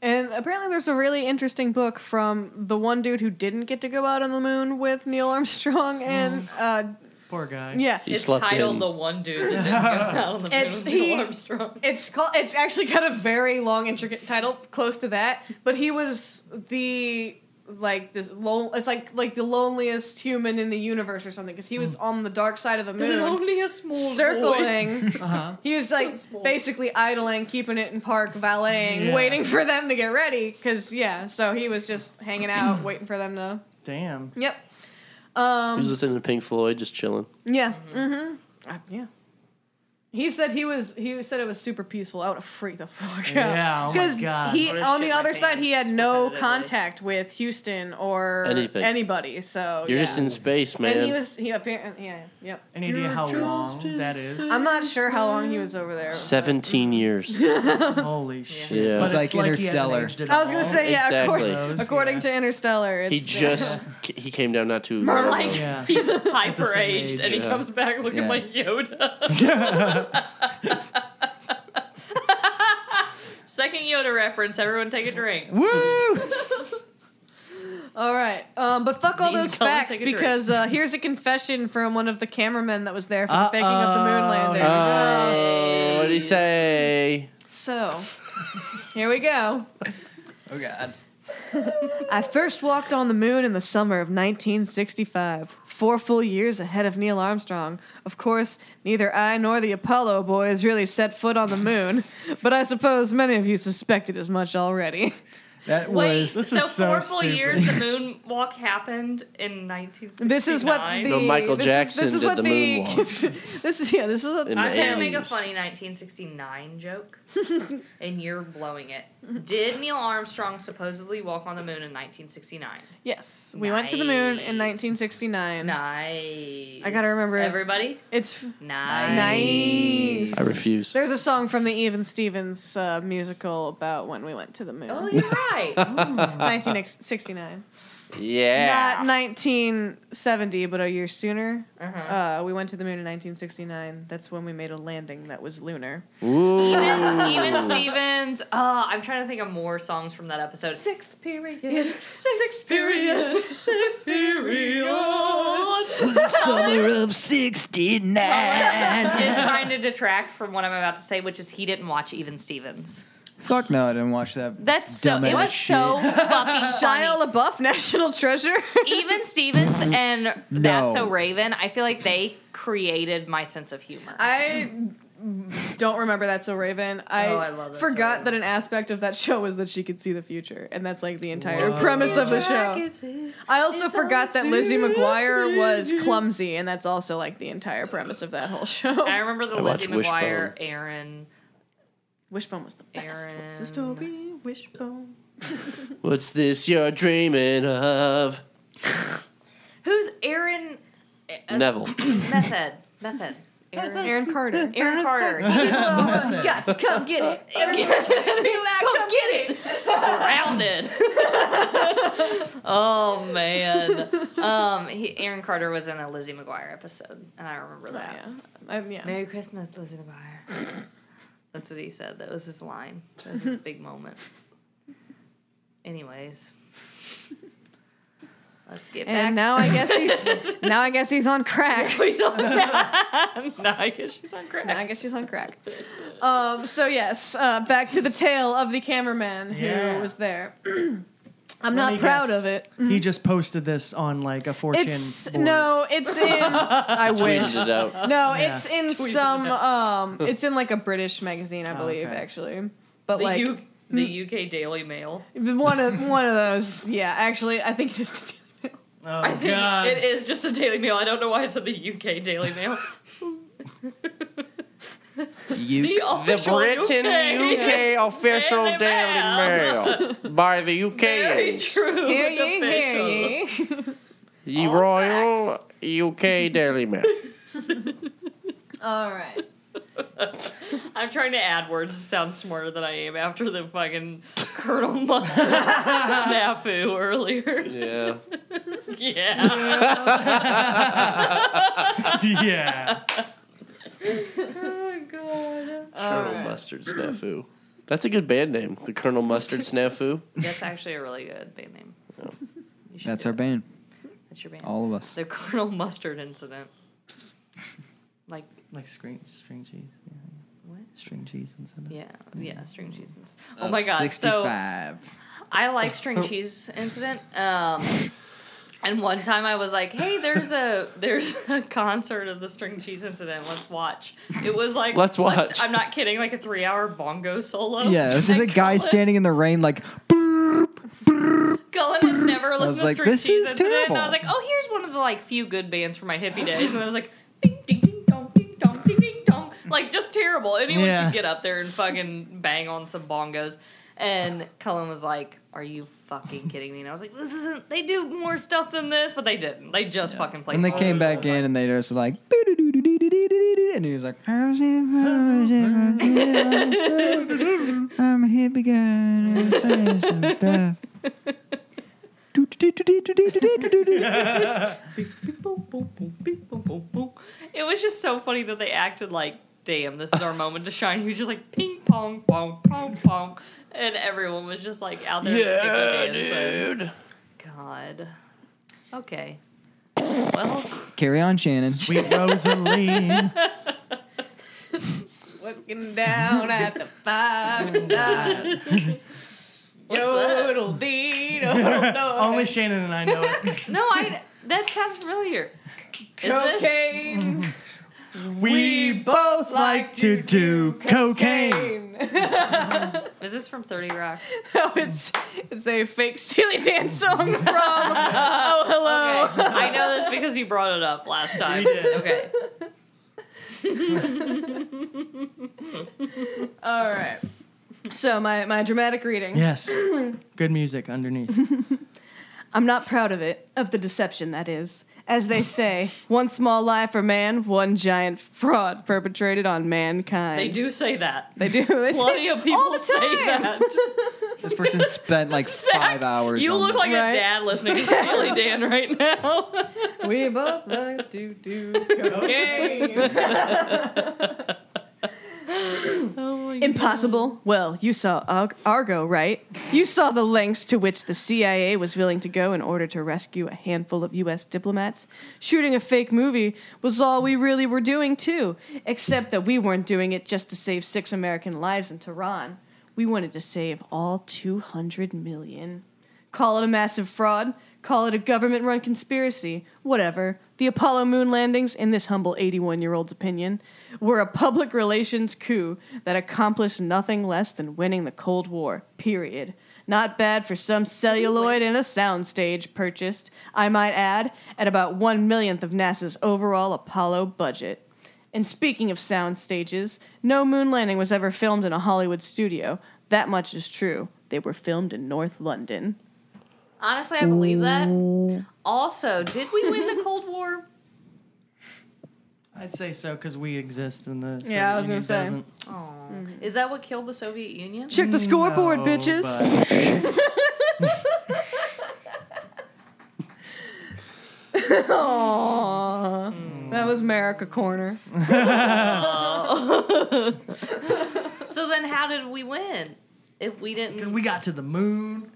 [SPEAKER 11] and apparently, there's a really interesting book from the one dude who didn't get to go out on the moon with Neil Armstrong and uh,
[SPEAKER 13] Mm. Poor guy.
[SPEAKER 11] yeah,
[SPEAKER 14] He It's slept titled in. The
[SPEAKER 4] one dude that didn't get out on the moon
[SPEAKER 11] It's
[SPEAKER 4] with
[SPEAKER 11] he,
[SPEAKER 4] Neil Armstrong.
[SPEAKER 11] It's called. It's actually got a very long, intricate title close to that. But he was the like this. Lo- it's like like the loneliest human in the universe or something because he
[SPEAKER 13] Hmm.
[SPEAKER 11] was on the dark side of the moon,
[SPEAKER 4] only a small
[SPEAKER 11] circling.
[SPEAKER 13] Uh-huh.
[SPEAKER 11] He was like basically idling, keeping it in park, valeting,
[SPEAKER 13] Yeah.
[SPEAKER 11] waiting for them to get ready. Cause yeah, so he was just hanging out, waiting for them to.
[SPEAKER 13] Damn.
[SPEAKER 11] Yep. Um,
[SPEAKER 14] he was listening to Pink Floyd, just chilling.
[SPEAKER 11] yeah. Mm-hmm. Uh, yeah. He said he was. He said it was super peaceful. I would have freaked the fuck out.
[SPEAKER 13] Yeah, oh my God.
[SPEAKER 11] he
[SPEAKER 13] I would've
[SPEAKER 11] on the other side he had no contact with Houston or
[SPEAKER 14] Anything.
[SPEAKER 11] anybody. So
[SPEAKER 14] You're
[SPEAKER 11] yeah.
[SPEAKER 14] just in space, man.
[SPEAKER 11] And he was. He apparently. Yeah. Yep.
[SPEAKER 13] Any idea how long that is?
[SPEAKER 11] I'm not sure how long he was over there.
[SPEAKER 14] Seventeen years.
[SPEAKER 13] Holy shit!
[SPEAKER 14] Yeah.
[SPEAKER 13] But it's
[SPEAKER 14] It's like
[SPEAKER 13] like he hasn't
[SPEAKER 14] Interstellar.
[SPEAKER 13] aged at
[SPEAKER 11] I was gonna
[SPEAKER 13] all.
[SPEAKER 11] say yeah.
[SPEAKER 14] Exactly.
[SPEAKER 11] According, according to Interstellar, it's,
[SPEAKER 14] He just he came down not too.
[SPEAKER 4] Or
[SPEAKER 14] long
[SPEAKER 4] like
[SPEAKER 14] ago.
[SPEAKER 4] he's a
[SPEAKER 13] the
[SPEAKER 4] hyper
[SPEAKER 13] same
[SPEAKER 4] aged
[SPEAKER 13] age.
[SPEAKER 4] and he
[SPEAKER 14] Yeah.
[SPEAKER 4] comes back looking
[SPEAKER 14] Yeah.
[SPEAKER 4] like Yoda. Second Yoda reference. Everyone take a drink.
[SPEAKER 13] Woo!
[SPEAKER 11] All right, um, but fuck all
[SPEAKER 4] Dean
[SPEAKER 11] those
[SPEAKER 4] Cullen,
[SPEAKER 11] facts
[SPEAKER 4] take a drink.
[SPEAKER 11] because uh, here's a confession from one of the cameramen that was there for the faking of the moon landing.
[SPEAKER 14] Oh, what did he say?
[SPEAKER 11] So, here we go.
[SPEAKER 2] Oh God.
[SPEAKER 11] I first walked on the moon in the summer of 1965, four full years ahead of Neil Armstrong. Of course, neither I nor the Apollo boys really set foot on the moon, but I suppose many of you suspected as much already.
[SPEAKER 2] That
[SPEAKER 4] Wait,
[SPEAKER 2] was
[SPEAKER 4] so, four full years the moonwalk happened in 1969.
[SPEAKER 11] This is what the
[SPEAKER 14] No, Michael
[SPEAKER 11] this is-
[SPEAKER 14] Jackson
[SPEAKER 11] this is
[SPEAKER 14] did
[SPEAKER 11] what
[SPEAKER 14] the moonwalk.
[SPEAKER 11] this is yeah. This is what
[SPEAKER 14] In the
[SPEAKER 4] I'm trying to make a
[SPEAKER 14] 80s.
[SPEAKER 4] funny 1969 joke, and you're blowing it. Did Neil Armstrong supposedly walk on the moon in 1969?
[SPEAKER 11] Yes, we went to the moon in 1969.
[SPEAKER 4] Nice.
[SPEAKER 11] I gotta remember it.
[SPEAKER 4] everybody.
[SPEAKER 11] It's
[SPEAKER 4] Nice.
[SPEAKER 11] nice.
[SPEAKER 14] I refuse.
[SPEAKER 11] There's a song from the Even Stevens uh, musical about when we went to the moon.
[SPEAKER 4] Oh, you're right.
[SPEAKER 11] 1969.
[SPEAKER 14] Yeah.
[SPEAKER 11] Not 1970, but a year sooner. uh we went to the moon in 1969. That's when we made a landing that was lunar.
[SPEAKER 14] Ooh.
[SPEAKER 4] Even, even Stevens. Oh, I'm trying to think of more songs from that episode.
[SPEAKER 11] Sixth period.
[SPEAKER 4] Sixth period. Sixth period.
[SPEAKER 12] was the summer of 69.
[SPEAKER 4] is trying to detract from what I'm about to say, which is he didn't watch Even Stevens.
[SPEAKER 2] Fuck no, I didn't watch that.
[SPEAKER 4] That's so.
[SPEAKER 2] dumbass
[SPEAKER 4] It was
[SPEAKER 2] shit.
[SPEAKER 4] so fucking funny.
[SPEAKER 11] Shia LaBeouf, National Treasure.
[SPEAKER 4] Even Stevens and
[SPEAKER 2] No.
[SPEAKER 4] That's So Raven. I feel like they created my sense of humor.
[SPEAKER 11] I don't remember that so Raven. I,
[SPEAKER 4] Oh, I love That's So
[SPEAKER 11] forgot
[SPEAKER 4] Raven.
[SPEAKER 11] that an aspect of that show was that she could see the future, and that's like the entire premise of the show. I also
[SPEAKER 4] It's
[SPEAKER 11] forgot that
[SPEAKER 4] all
[SPEAKER 11] Lizzie
[SPEAKER 4] serious
[SPEAKER 11] McGuire was clumsy, and that's also like the entire premise of that whole show.
[SPEAKER 4] I remember the
[SPEAKER 14] I
[SPEAKER 4] Lizzie
[SPEAKER 14] watched
[SPEAKER 4] McGuire,
[SPEAKER 14] Wishbone.
[SPEAKER 4] Aaron.
[SPEAKER 11] Wishbone was the best. What's the
[SPEAKER 4] Aaron.
[SPEAKER 11] story? Wishbone.
[SPEAKER 14] What's this you're dreaming of?
[SPEAKER 4] Who's Aaron? uh,
[SPEAKER 14] Neville.
[SPEAKER 4] Method. Method. Aaron.
[SPEAKER 11] Aaron Carter.
[SPEAKER 4] Aaron Carter. He's the- Got to come get it. come get it. Surrounded. oh man. Um, he, Aaron Carter was in a Lizzie McGuire episode, and I remember
[SPEAKER 11] Oh,
[SPEAKER 4] that.
[SPEAKER 11] yeah. Um, yeah.
[SPEAKER 4] Merry Christmas, Lizzie McGuire. That's what he said. That was his line. That was his big moment. Anyways, let's get back.
[SPEAKER 11] And now I guess he's now I guess he's on crack.
[SPEAKER 4] he's on crack. now I guess she's on crack.
[SPEAKER 11] I guess she's on crack. Um, so yes, uh, back to the tale of the cameraman
[SPEAKER 13] Yeah.
[SPEAKER 11] who was there. I'm
[SPEAKER 13] Let
[SPEAKER 11] not
[SPEAKER 13] me
[SPEAKER 11] proud
[SPEAKER 13] guess.
[SPEAKER 11] of it.
[SPEAKER 4] Mm-hmm.
[SPEAKER 13] He just posted this on like a fortune.
[SPEAKER 11] It's no, it's in. I wish.
[SPEAKER 14] Tweeted it out.
[SPEAKER 11] No,
[SPEAKER 13] Yeah.
[SPEAKER 11] it's in some. Um, it's in like a British magazine, I
[SPEAKER 13] Oh,
[SPEAKER 11] believe,
[SPEAKER 13] okay.
[SPEAKER 11] actually. But
[SPEAKER 4] the,
[SPEAKER 11] like
[SPEAKER 4] U- the UK Daily Mail.
[SPEAKER 11] one of one of those. Yeah, actually, I think it is. The,
[SPEAKER 13] Oh
[SPEAKER 4] I think
[SPEAKER 13] god.
[SPEAKER 4] it is just a Daily Mail. I don't know why I said the UK Daily Mail.
[SPEAKER 19] You,
[SPEAKER 4] The official
[SPEAKER 14] Britain
[SPEAKER 4] UK
[SPEAKER 14] UK, official Daily,
[SPEAKER 4] Daily
[SPEAKER 14] Mail by the
[SPEAKER 4] Very
[SPEAKER 14] UKians.
[SPEAKER 4] true.
[SPEAKER 11] Hear
[SPEAKER 4] but
[SPEAKER 11] ye, hear
[SPEAKER 4] official.
[SPEAKER 11] ye.
[SPEAKER 14] Ye Royal UK Daily Mail.
[SPEAKER 11] All right.
[SPEAKER 4] I'm trying to add words to sound smarter than I am after the fucking Colonel Mustard snafu earlier.
[SPEAKER 14] Yeah.
[SPEAKER 4] Yeah.
[SPEAKER 13] yeah.
[SPEAKER 4] oh god. All
[SPEAKER 14] Colonel
[SPEAKER 4] right.
[SPEAKER 14] Mustard Snafu. That's a good band name. The Colonel Mustard Snafu.
[SPEAKER 4] That's actually a really good band name.
[SPEAKER 19] That's our band.
[SPEAKER 4] That's your band.
[SPEAKER 19] All of us.
[SPEAKER 4] The Colonel Mustard incident. Like
[SPEAKER 20] Like string, string cheese.
[SPEAKER 4] What?
[SPEAKER 20] String cheese and stuff.
[SPEAKER 4] yeah, yeah, string cheese. incident.
[SPEAKER 19] Uh,
[SPEAKER 4] Oh my god. So
[SPEAKER 19] 65.
[SPEAKER 4] I like string cheese incident. Um, and one time I was like, "Hey, there's a there's a concert of the string cheese incident. Let's watch." It was like
[SPEAKER 19] Let's
[SPEAKER 4] like,
[SPEAKER 19] watch.
[SPEAKER 4] I'm not kidding. Like a three hour bongo solo.
[SPEAKER 19] yeah, this is a
[SPEAKER 4] And
[SPEAKER 19] guy
[SPEAKER 4] Cullen-
[SPEAKER 19] standing in the rain like,
[SPEAKER 4] Cullen had never
[SPEAKER 19] was
[SPEAKER 4] listened to
[SPEAKER 19] like,
[SPEAKER 4] string
[SPEAKER 19] "This
[SPEAKER 4] cheese
[SPEAKER 19] is
[SPEAKER 4] incident. And I
[SPEAKER 19] terrible.
[SPEAKER 4] was like, "Oh, here's one of the like few good bands from my hippie days." And I was like, "Ding ding ding dong, ding ding ding dong." Like just terrible. Anyone
[SPEAKER 13] Yeah.
[SPEAKER 4] could get up there and fucking bang on some bongos. And Cullen was like, "Are you fucking kidding me?" And I was like, "This isn't. They do more stuff than this, but they didn't. They just fucking played."
[SPEAKER 19] and they
[SPEAKER 4] bongos
[SPEAKER 19] came
[SPEAKER 4] the
[SPEAKER 19] back
[SPEAKER 4] whole
[SPEAKER 19] in
[SPEAKER 4] time."
[SPEAKER 19] and they just like, and he was like, I'm a hippie guy and I'm saying some stuff.
[SPEAKER 4] It was just so funny that they acted like, damn, this is our moment to shine. He was just like ping pong pong pong pong, and everyone was just like out there.
[SPEAKER 14] Yeah,
[SPEAKER 4] kicking and dancing.
[SPEAKER 14] dude.
[SPEAKER 4] God. Okay. Well,
[SPEAKER 19] Carry on, Shannon.
[SPEAKER 13] Sweet Rosaline.
[SPEAKER 11] Looking down at the fire tonight. Yodel dee,
[SPEAKER 13] Only Shannon and I know it.
[SPEAKER 4] no, I. That sounds familiar. Is this- Mm,
[SPEAKER 11] Cocaine.
[SPEAKER 13] We both like to do cocaine.
[SPEAKER 4] Is this from Thirty Rock?
[SPEAKER 11] No, Oh, it's it's a fake Steely Dan song from Oh Hello.
[SPEAKER 4] Okay. I know this because you brought it up last time. Okay.
[SPEAKER 11] All right. So my my dramatic reading.
[SPEAKER 13] Yes. Good music underneath.
[SPEAKER 11] I'm not proud of it, of the deception that is. As they say, one small lie for man, one giant fraud perpetrated on mankind.
[SPEAKER 4] They do say that.
[SPEAKER 11] They do. They say
[SPEAKER 4] Plenty of people
[SPEAKER 11] all the
[SPEAKER 4] say
[SPEAKER 11] time.
[SPEAKER 4] that.
[SPEAKER 19] This person spent like five hours.
[SPEAKER 4] You
[SPEAKER 19] on
[SPEAKER 4] look
[SPEAKER 19] this.
[SPEAKER 4] like
[SPEAKER 11] Right?
[SPEAKER 4] a dad listening to Steely Dan right now.
[SPEAKER 11] We both like to do cocaine. Impossible? Well, you saw Ar- Argo, right? You saw the lengths to which the CIA was willing to go in order to rescue a handful of US diplomats. Shooting a fake movie was all we really were doing, too, except that we weren't doing it just to save six American lives in Tehran. We wanted to save all 200 million. Call it a massive fraud, call it a government run conspiracy, whatever. The Apollo moon landings, in this humble 81 year old's opinion, were a public relations coup that accomplished nothing less than winning the Cold War, period. Not bad for some celluloid and a soundstage purchased, I might add, at about one millionth of NASA's overall Apollo budget. And speaking of sound stages, no moon landing was ever filmed in a Hollywood studio. That much is true. They were filmed in North London.
[SPEAKER 4] Honestly, I believe that. Also, did we win the Cold War?
[SPEAKER 13] I'd say so because we exist in the.
[SPEAKER 11] Yeah, I was
[SPEAKER 13] Soviet
[SPEAKER 11] gonna
[SPEAKER 13] Union
[SPEAKER 4] Oh, is that what killed the Soviet Union?
[SPEAKER 11] Check the scoreboard, bitches. Aww. That was America Corner.
[SPEAKER 4] So then, how did we win? If we
[SPEAKER 13] doesn't.
[SPEAKER 4] didn't,
[SPEAKER 13] We got to the moon.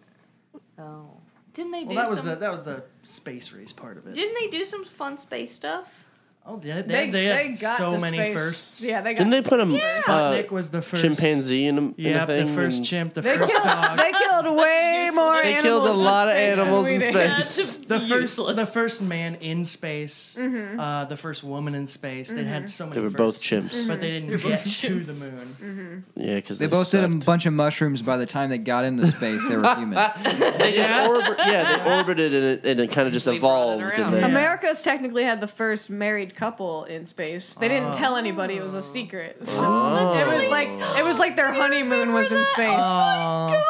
[SPEAKER 4] oh, didn't they
[SPEAKER 13] Well,
[SPEAKER 4] do
[SPEAKER 13] that was
[SPEAKER 4] some?
[SPEAKER 13] the that was the space race part of it.
[SPEAKER 4] didn't they do some fun space stuff?
[SPEAKER 13] oh, they, they, they, had so many firsts.
[SPEAKER 11] Yeah, they got.
[SPEAKER 14] Didn't they put a uh,
[SPEAKER 13] Sputnik was the first
[SPEAKER 14] chimpanzee in a, in a
[SPEAKER 13] Yep,
[SPEAKER 14] thing?
[SPEAKER 13] the first
[SPEAKER 14] and-
[SPEAKER 13] chimp, the
[SPEAKER 11] They
[SPEAKER 13] first
[SPEAKER 11] killed,
[SPEAKER 13] dog.
[SPEAKER 11] they killed way more
[SPEAKER 14] They killed a lot of animals in space.
[SPEAKER 21] The first, the first man in space, uh, the first woman in space. They had so many.
[SPEAKER 14] They were both
[SPEAKER 21] firsts,
[SPEAKER 14] chimps.
[SPEAKER 21] but they didn't
[SPEAKER 14] They were
[SPEAKER 21] get
[SPEAKER 14] both
[SPEAKER 21] to the
[SPEAKER 14] chimps.
[SPEAKER 21] moon.
[SPEAKER 14] Yeah, because
[SPEAKER 13] They both did a bunch of mushrooms. By the time they got into space, they were human.
[SPEAKER 14] They just orbit, yeah, they orbited and it, and it kind of just evolved. and then-
[SPEAKER 11] America's technically had the first married couple in space. They didn't tell anybody; it was a secret. So
[SPEAKER 14] Oh.
[SPEAKER 11] It was like it was like their honeymoon was in space.
[SPEAKER 13] Uh,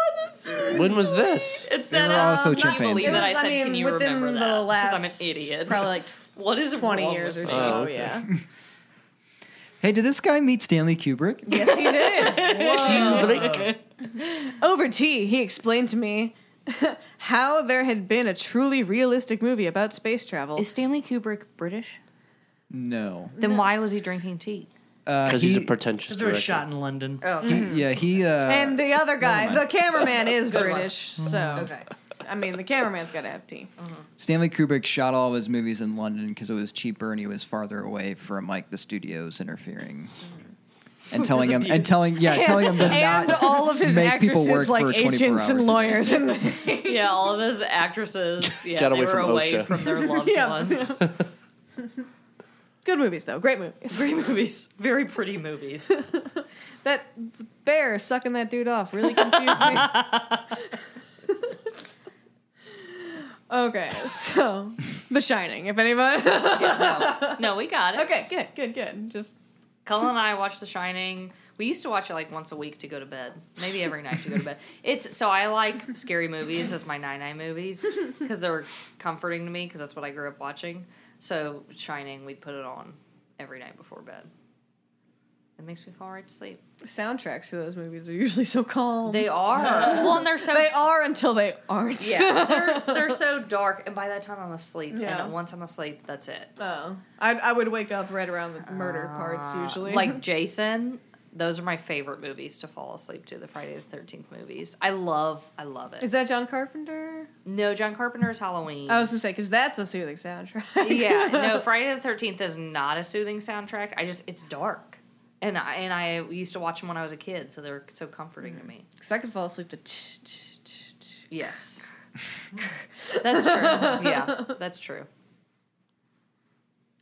[SPEAKER 14] When was this?
[SPEAKER 4] It's
[SPEAKER 13] They
[SPEAKER 4] that
[SPEAKER 13] were also
[SPEAKER 4] um, I believe
[SPEAKER 13] chimpanzees.
[SPEAKER 4] that I
[SPEAKER 11] It was, I
[SPEAKER 4] said, can
[SPEAKER 11] mean,
[SPEAKER 4] you
[SPEAKER 11] within
[SPEAKER 4] remember
[SPEAKER 11] the
[SPEAKER 4] that? Because
[SPEAKER 11] last-
[SPEAKER 4] I'm an idiot.
[SPEAKER 11] Probably like
[SPEAKER 4] what is
[SPEAKER 11] twenty
[SPEAKER 4] wrong
[SPEAKER 11] years
[SPEAKER 4] with me?
[SPEAKER 11] or so.
[SPEAKER 14] Oh, okay.
[SPEAKER 11] Yeah.
[SPEAKER 13] Hey, did this guy meet Stanley Kubrick?
[SPEAKER 11] Yes, he did.
[SPEAKER 13] Kubrick.
[SPEAKER 11] Over tea, he explained to me how there had been a truly realistic movie about space travel.
[SPEAKER 4] Is Stanley Kubrick British?
[SPEAKER 13] No.
[SPEAKER 4] Then why was he drinking tea?
[SPEAKER 13] Because
[SPEAKER 14] he's a pretentious
[SPEAKER 21] There was
[SPEAKER 14] director.
[SPEAKER 21] a shot in London.
[SPEAKER 4] Oh,
[SPEAKER 13] He- yeah, he. Uh,
[SPEAKER 11] and the other guy,
[SPEAKER 13] never mind. Mm.
[SPEAKER 11] the cameraman, is
[SPEAKER 4] Good one.
[SPEAKER 11] British, so I mean, the cameraman's got to have tea.
[SPEAKER 13] Stanley Kubrick shot all of his movies in London because it was cheaper and he was farther away from like the studios interfering and telling him and telling yeah telling him to
[SPEAKER 11] Mm-hmm. and
[SPEAKER 13] not
[SPEAKER 11] all of his
[SPEAKER 13] make people
[SPEAKER 11] actresses
[SPEAKER 13] work
[SPEAKER 11] like
[SPEAKER 13] for 24
[SPEAKER 11] agents and
[SPEAKER 13] hours a day.
[SPEAKER 11] lawyers and
[SPEAKER 4] yeah, all of those actresses. Yeah,
[SPEAKER 14] Got
[SPEAKER 4] they
[SPEAKER 14] away
[SPEAKER 4] were
[SPEAKER 14] from
[SPEAKER 4] away
[SPEAKER 14] OSHA.
[SPEAKER 4] from their loved
[SPEAKER 11] Yeah.
[SPEAKER 4] ones.
[SPEAKER 11] good movies though, great movies.
[SPEAKER 4] Great movies, very pretty movies.
[SPEAKER 11] That bear sucking that dude off really confused me. okay, so The Shining. If anyone,
[SPEAKER 4] no, no, we got it.
[SPEAKER 11] okay, good, good, good. Just
[SPEAKER 4] Cullen and I watched The Shining. We used to watch it like once a week to go to bed, maybe every night to go to bed. It's so I like scary movies as my nine nine movies because they're comforting to me because that's what I grew up watching. So Shining, we'd put it on every night before bed. It makes me fall right to sleep.
[SPEAKER 11] soundtracks to those movies are usually so calm.
[SPEAKER 4] They are well, and they're so
[SPEAKER 11] They are until they aren't.
[SPEAKER 4] yeah, they're, they're so dark, and by that time I'm asleep.
[SPEAKER 11] Yeah.
[SPEAKER 4] And once I'm asleep, that's it.
[SPEAKER 11] Oh, I, I would wake up right around the murder parts usually.
[SPEAKER 4] Like Jason, those are my favorite movies to fall asleep to. The Friday the Thirteenth movies. I love, I love it.
[SPEAKER 11] is that John Carpenter?
[SPEAKER 4] no John Carpenter's Halloween?
[SPEAKER 11] I was gonna say because that's a soothing soundtrack.
[SPEAKER 4] yeah, no Friday the Thirteenth is not a soothing soundtrack. I just it's dark, and I and I used to watch them when I was a kid, so they were so comforting to me.
[SPEAKER 11] Because I could fall asleep to. tch, tch, tch, tch.
[SPEAKER 4] Yes, that's true. Yeah, that's true.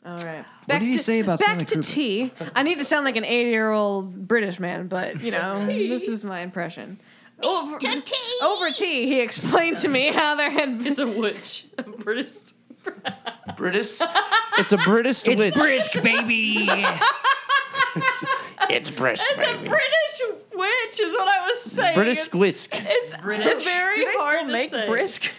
[SPEAKER 11] All right.
[SPEAKER 13] What do you
[SPEAKER 11] to,
[SPEAKER 13] say about
[SPEAKER 11] back
[SPEAKER 13] Stanley
[SPEAKER 11] to
[SPEAKER 13] Kubrick?
[SPEAKER 11] tea? I need to sound like an eighty-year-old British man, but you know, this is my impression. Over tea. Over tea, he explained to me how there had been.
[SPEAKER 4] It's a witch, a British.
[SPEAKER 14] British. It's a British witch.
[SPEAKER 13] brisk baby.
[SPEAKER 14] It's brisk, baby.
[SPEAKER 4] British witch is what I was saying.
[SPEAKER 14] British
[SPEAKER 4] It's-
[SPEAKER 14] squisk.
[SPEAKER 4] It's
[SPEAKER 21] British.
[SPEAKER 4] very
[SPEAKER 11] Do they
[SPEAKER 4] hard
[SPEAKER 11] still
[SPEAKER 4] to
[SPEAKER 11] make
[SPEAKER 4] say.
[SPEAKER 11] brisk?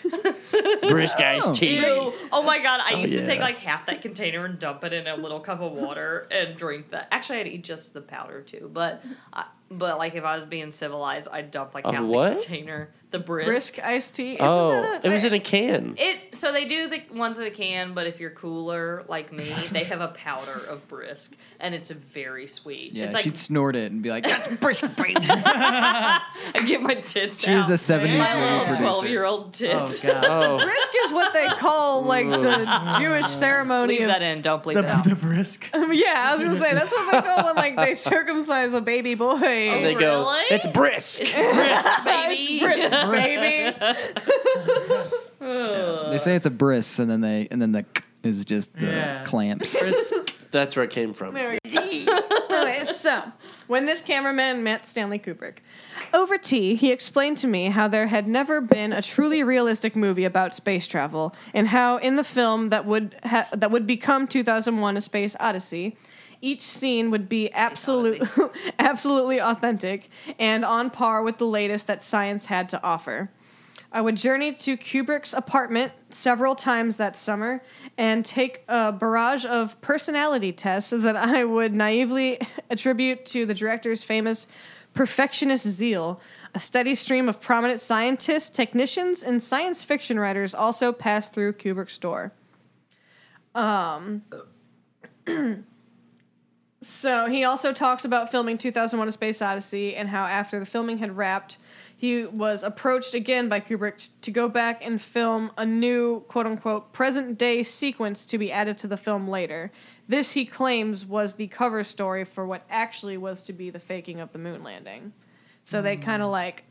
[SPEAKER 14] Brisk iced tea.
[SPEAKER 4] Ew. Oh my god, I used to take
[SPEAKER 14] yeah.
[SPEAKER 4] like half that container and dump it in a little cup of water and drink that. Actually, I'd eat just the powder too, but I, but like if I was being civilized, I'd dump like
[SPEAKER 14] Of
[SPEAKER 4] half
[SPEAKER 14] what?
[SPEAKER 4] the container, the brisk.
[SPEAKER 11] Brisk iced tea. Isn't
[SPEAKER 14] Oh,
[SPEAKER 11] that a,
[SPEAKER 14] it was in a can.
[SPEAKER 4] It so they do the ones that can, but if you're cooler like me, they have a powder of brisk and it's very sweet.
[SPEAKER 13] Yeah,
[SPEAKER 4] it's like
[SPEAKER 13] she'd snort it and be like, "That's brisk baby."
[SPEAKER 4] I get my tits
[SPEAKER 13] She was a
[SPEAKER 4] out.
[SPEAKER 13] '70s
[SPEAKER 4] my
[SPEAKER 13] movie
[SPEAKER 4] little
[SPEAKER 13] producer.
[SPEAKER 4] twelve-year-old tits.
[SPEAKER 21] Oh god.
[SPEAKER 14] Oh,
[SPEAKER 11] brisk is what they call like the Jewish ceremony.
[SPEAKER 4] Leave
[SPEAKER 11] of,
[SPEAKER 4] that in. Don't bleep
[SPEAKER 21] The,
[SPEAKER 4] it out.
[SPEAKER 21] the brisk.
[SPEAKER 11] yeah, I was gonna say that's what they call when like they circumcise a baby boy.
[SPEAKER 14] they go.
[SPEAKER 4] Oh, Really?
[SPEAKER 14] It's brisk.
[SPEAKER 4] Brisk, baby.
[SPEAKER 11] It's brisk, baby.
[SPEAKER 13] they say it's a brisk, and then they and then the is just uh,
[SPEAKER 21] Yeah.
[SPEAKER 13] clamps.
[SPEAKER 14] That's where it came from.
[SPEAKER 11] There we go. anyway, so when this cameraman met Stanley Kubrick, over tea, he explained to me how there had never been a truly realistic movie about space travel, and how in the film that would ha- that would become 2001: A Space Odyssey. Each scene would be absolute, absolutely authentic and on par with the latest that science had to offer. I would journey to Kubrick's apartment several times that summer and take a barrage of personality tests that I would naively attribute to the director's famous perfectionist zeal. A steady stream of prominent scientists, technicians, and science fiction writers also passed through Kubrick's door. So he also talks about filming 2001: A Space Odyssey and how after the filming had wrapped, he was approached again by Kubrick t- to go back and film a new "quote unquote" present-day sequence to be added to the film later. This he claims was the cover story for what actually was to be the faking of the moon landing. So they kind of like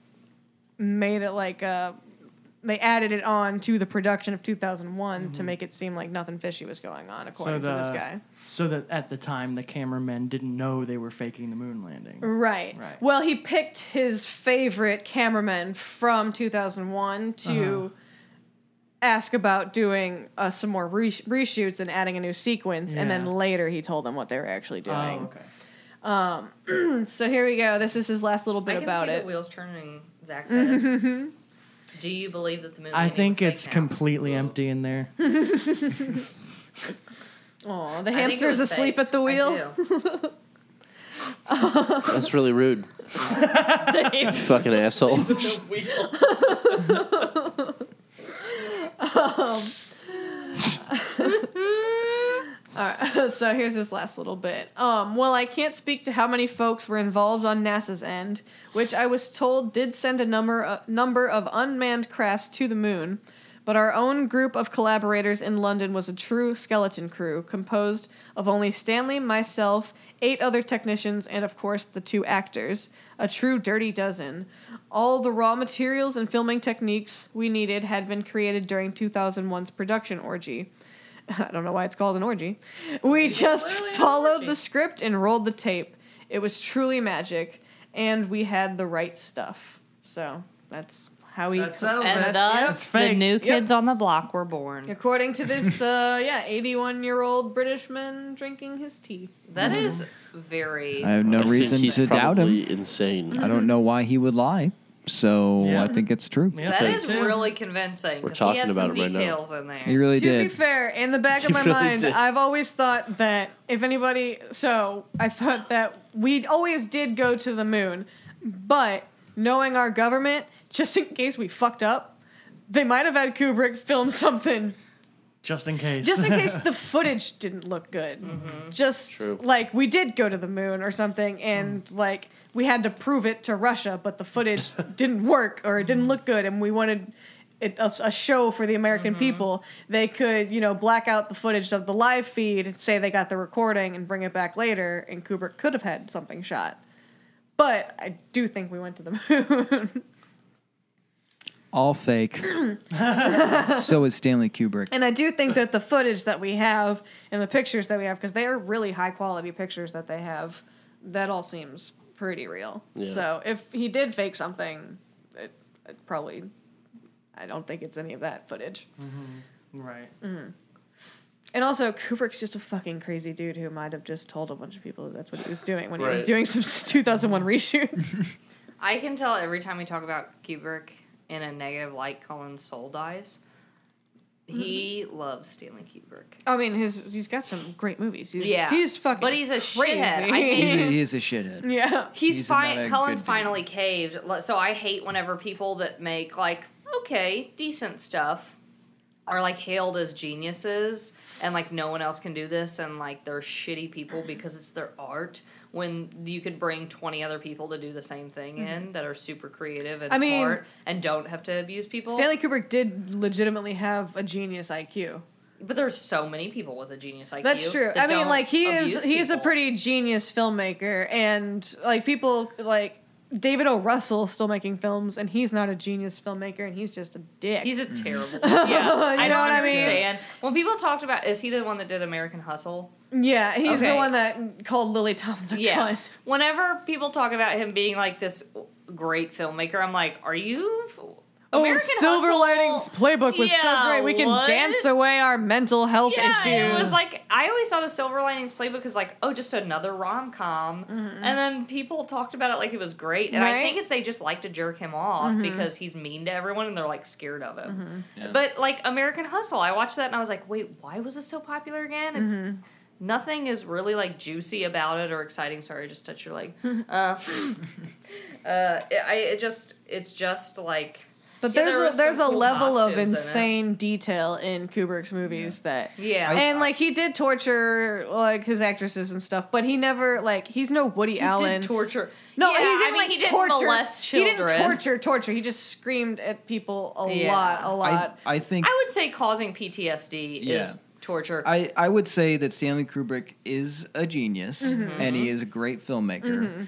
[SPEAKER 11] made it like a they added it on to the production of 2001
[SPEAKER 14] Mm-hmm.
[SPEAKER 11] to make it seem like nothing fishy was going on, according to this guy.
[SPEAKER 14] So that at the time the cameramen didn't know they were faking the moon landing.
[SPEAKER 11] Right.
[SPEAKER 14] Right.
[SPEAKER 11] Well, he picked his favorite cameraman from 2001 to
[SPEAKER 14] Uh-huh.
[SPEAKER 11] ask about doing uh, some more re- reshoots and adding a new sequence, and then
[SPEAKER 14] Yeah.
[SPEAKER 11] later he told them what they were actually doing.
[SPEAKER 14] Oh, okay.
[SPEAKER 11] Um, so here we go. This is his last little bit
[SPEAKER 4] I can
[SPEAKER 11] about
[SPEAKER 4] see
[SPEAKER 11] it.
[SPEAKER 4] the wheels turning. Zach's head.
[SPEAKER 11] Mhm.
[SPEAKER 4] Do you believe that the moon?
[SPEAKER 14] I
[SPEAKER 4] landing
[SPEAKER 14] think
[SPEAKER 4] was
[SPEAKER 14] it's
[SPEAKER 4] fake now?
[SPEAKER 14] completely empty in there.
[SPEAKER 11] Oh, the
[SPEAKER 4] I think it
[SPEAKER 11] hamster's
[SPEAKER 4] was
[SPEAKER 11] asleep
[SPEAKER 4] faked.
[SPEAKER 11] at the
[SPEAKER 4] I
[SPEAKER 11] wheel.
[SPEAKER 22] That's really rude. You fucking asshole.
[SPEAKER 11] um, all right, so here's this last little bit. Um, well, I can't speak to how many folks were involved on NASA's end, which I was told did send a number a number of unmanned crafts to the moon. But our own group of collaborators in London was a true skeleton crew, composed of only Stanley, myself, eight other technicians, and of course the two actors. A true dirty dozen. All the raw materials and filming techniques we needed had been created during 2001's production orgy. I don't know why it's called an orgy. We just followed the script and rolled the tape. It was truly magic, and we had the right stuff. So Oh, that's how we.
[SPEAKER 14] That settles
[SPEAKER 4] And
[SPEAKER 14] it.
[SPEAKER 4] thus, the new kids on the block were born.
[SPEAKER 11] According to this, uh, yeah, eighty-one-year-old Britishman drinking his tea.
[SPEAKER 4] That is very.
[SPEAKER 13] I have no
[SPEAKER 22] I think
[SPEAKER 13] reason
[SPEAKER 22] he's
[SPEAKER 13] to doubt him.
[SPEAKER 22] probably Insane.
[SPEAKER 13] I don't know why he would lie. So
[SPEAKER 22] Yeah.
[SPEAKER 13] I think it's true.
[SPEAKER 4] That is really convincing.
[SPEAKER 22] We're
[SPEAKER 4] 'cause
[SPEAKER 22] talking
[SPEAKER 4] he had
[SPEAKER 22] about
[SPEAKER 4] some
[SPEAKER 22] it right now.
[SPEAKER 4] details in there.
[SPEAKER 13] He really
[SPEAKER 11] to be
[SPEAKER 13] did.
[SPEAKER 11] fair, in the back of
[SPEAKER 22] You
[SPEAKER 11] my
[SPEAKER 22] really
[SPEAKER 11] mind,
[SPEAKER 22] did.
[SPEAKER 11] I've always thought that if anybody, so I thought that we always did go to the moon, but knowing our government, just in case we fucked up, they might have had Kubrick film something
[SPEAKER 14] Just in case.
[SPEAKER 11] just in case the footage didn't look good. Just
[SPEAKER 14] True.
[SPEAKER 11] like we did go to the moon or something, and like we had to prove it to Russia, but the footage didn't work or it didn't look good, and we wanted. It, a, a show for the American people. They could, you know, black out the footage of the live feed and say they got the recording and bring it back later. And Kubrick could have had something shot, but I do think we went to the moon.
[SPEAKER 13] All fake. so is Stanley Kubrick.
[SPEAKER 11] And I do
[SPEAKER 22] Uh.
[SPEAKER 11] think that the footage that we have and the pictures that we have, because they are really high quality pictures that they have, that all seems pretty real.
[SPEAKER 22] Yeah.
[SPEAKER 11] So if he did fake something, it, it probably, I don't think it's any of that footage.
[SPEAKER 14] Right.
[SPEAKER 11] Mhm. And also, Kubrick's just a fucking crazy dude who might have just told a bunch of people that that's what he was doing when he was
[SPEAKER 22] Right.
[SPEAKER 11] doing some 2001 reshoots.
[SPEAKER 4] I can tell every time we talk about Kubrick in a negative light, Cullen's soul dies. He
[SPEAKER 11] Mm-hmm.
[SPEAKER 4] loves Stanley Kubrick.
[SPEAKER 11] I mean, his he's got some great movies. He's,
[SPEAKER 4] Yeah.
[SPEAKER 11] he's fucking.
[SPEAKER 4] But he's a
[SPEAKER 11] crazy.
[SPEAKER 4] shithead. I mean-
[SPEAKER 13] He is a shithead.
[SPEAKER 11] yeah,
[SPEAKER 4] He's,
[SPEAKER 13] He's not
[SPEAKER 4] fine.
[SPEAKER 13] a good
[SPEAKER 4] Cullen's
[SPEAKER 13] dude.
[SPEAKER 4] finally caved. L- So I hate whenever people that make like okay decent stuff are like hailed as geniuses and like no one else can do this and like they're shitty people because it's their art when you could bring 20 other people to do the same thing in that are super creative and
[SPEAKER 11] Mm-hmm. I mean-
[SPEAKER 4] smart and don't have to abuse people
[SPEAKER 11] Stanley Kubrick did legitimately have a genius IQ.
[SPEAKER 4] but there's so many people with a genius IQ
[SPEAKER 11] That's true.
[SPEAKER 4] that
[SPEAKER 11] I mean,
[SPEAKER 4] don't
[SPEAKER 11] like he is
[SPEAKER 4] abuse
[SPEAKER 11] he is a
[SPEAKER 4] people.
[SPEAKER 11] pretty genius filmmaker, and like people like David O. Russell is still making films, and he's not a genius filmmaker, and he's just a dick.
[SPEAKER 4] He's a
[SPEAKER 13] Mm.
[SPEAKER 4] terrible. Yeah,
[SPEAKER 11] You
[SPEAKER 4] I
[SPEAKER 11] know
[SPEAKER 4] don't
[SPEAKER 11] what I mean?
[SPEAKER 4] understand. When people talked about, is he the one that did American Hustle?
[SPEAKER 11] yeah, he's the
[SPEAKER 4] Okay.
[SPEAKER 11] one that called Lily Tomlin. a
[SPEAKER 4] Yeah.
[SPEAKER 11] cunt.
[SPEAKER 4] Whenever people talk about him being like this great filmmaker, I'm like, are you? f-
[SPEAKER 11] Oh, Silver
[SPEAKER 4] Hustle-
[SPEAKER 11] Linings Playbook was so
[SPEAKER 4] Yeah,
[SPEAKER 11] great. We can
[SPEAKER 4] what?
[SPEAKER 11] dance away our mental health
[SPEAKER 4] Yeah,
[SPEAKER 11] issues.
[SPEAKER 4] it was like I always saw the Silver Linings Playbook as like, oh, just another rom com, and then people talked about it like it was great, and I
[SPEAKER 11] Mm-hmm. Right.
[SPEAKER 4] think it's they just like to jerk him off
[SPEAKER 11] Mhm.
[SPEAKER 4] because he's mean to everyone and they're like scared of him.
[SPEAKER 11] Mm-hmm.
[SPEAKER 13] Yeah.
[SPEAKER 4] But like American Hustle, I watched that and I was like, wait, why was this so popular again? It's
[SPEAKER 11] Mm-hmm.
[SPEAKER 4] nothing is really like juicy about it or exciting. Sorry, I just touched your leg. uh, uh, it, I it just it's just like.
[SPEAKER 11] But
[SPEAKER 4] Yeah,
[SPEAKER 11] there's
[SPEAKER 4] there were
[SPEAKER 11] a, there's a
[SPEAKER 4] some cool
[SPEAKER 11] level of
[SPEAKER 4] costumes in it.
[SPEAKER 11] insane detail in Kubrick's movies that
[SPEAKER 4] Yeah. I-
[SPEAKER 11] and like he did torture like his actresses and stuff, but he never like he's no Woody Allen.
[SPEAKER 4] did torture.
[SPEAKER 11] no,
[SPEAKER 4] Yeah,
[SPEAKER 11] he didn't
[SPEAKER 4] I mean,
[SPEAKER 11] like
[SPEAKER 4] he didn't
[SPEAKER 11] torture.
[SPEAKER 4] molest
[SPEAKER 11] He didn't
[SPEAKER 4] children.
[SPEAKER 11] torture, torture. He just screamed at people a
[SPEAKER 4] Yeah.
[SPEAKER 11] lot, a lot.
[SPEAKER 13] I think
[SPEAKER 4] I would say causing PTSD
[SPEAKER 13] Yeah.
[SPEAKER 4] is torture.
[SPEAKER 13] I,
[SPEAKER 4] Mm-hmm.
[SPEAKER 13] I would say that Stanley Kubrick is a genius and he is a great filmmaker.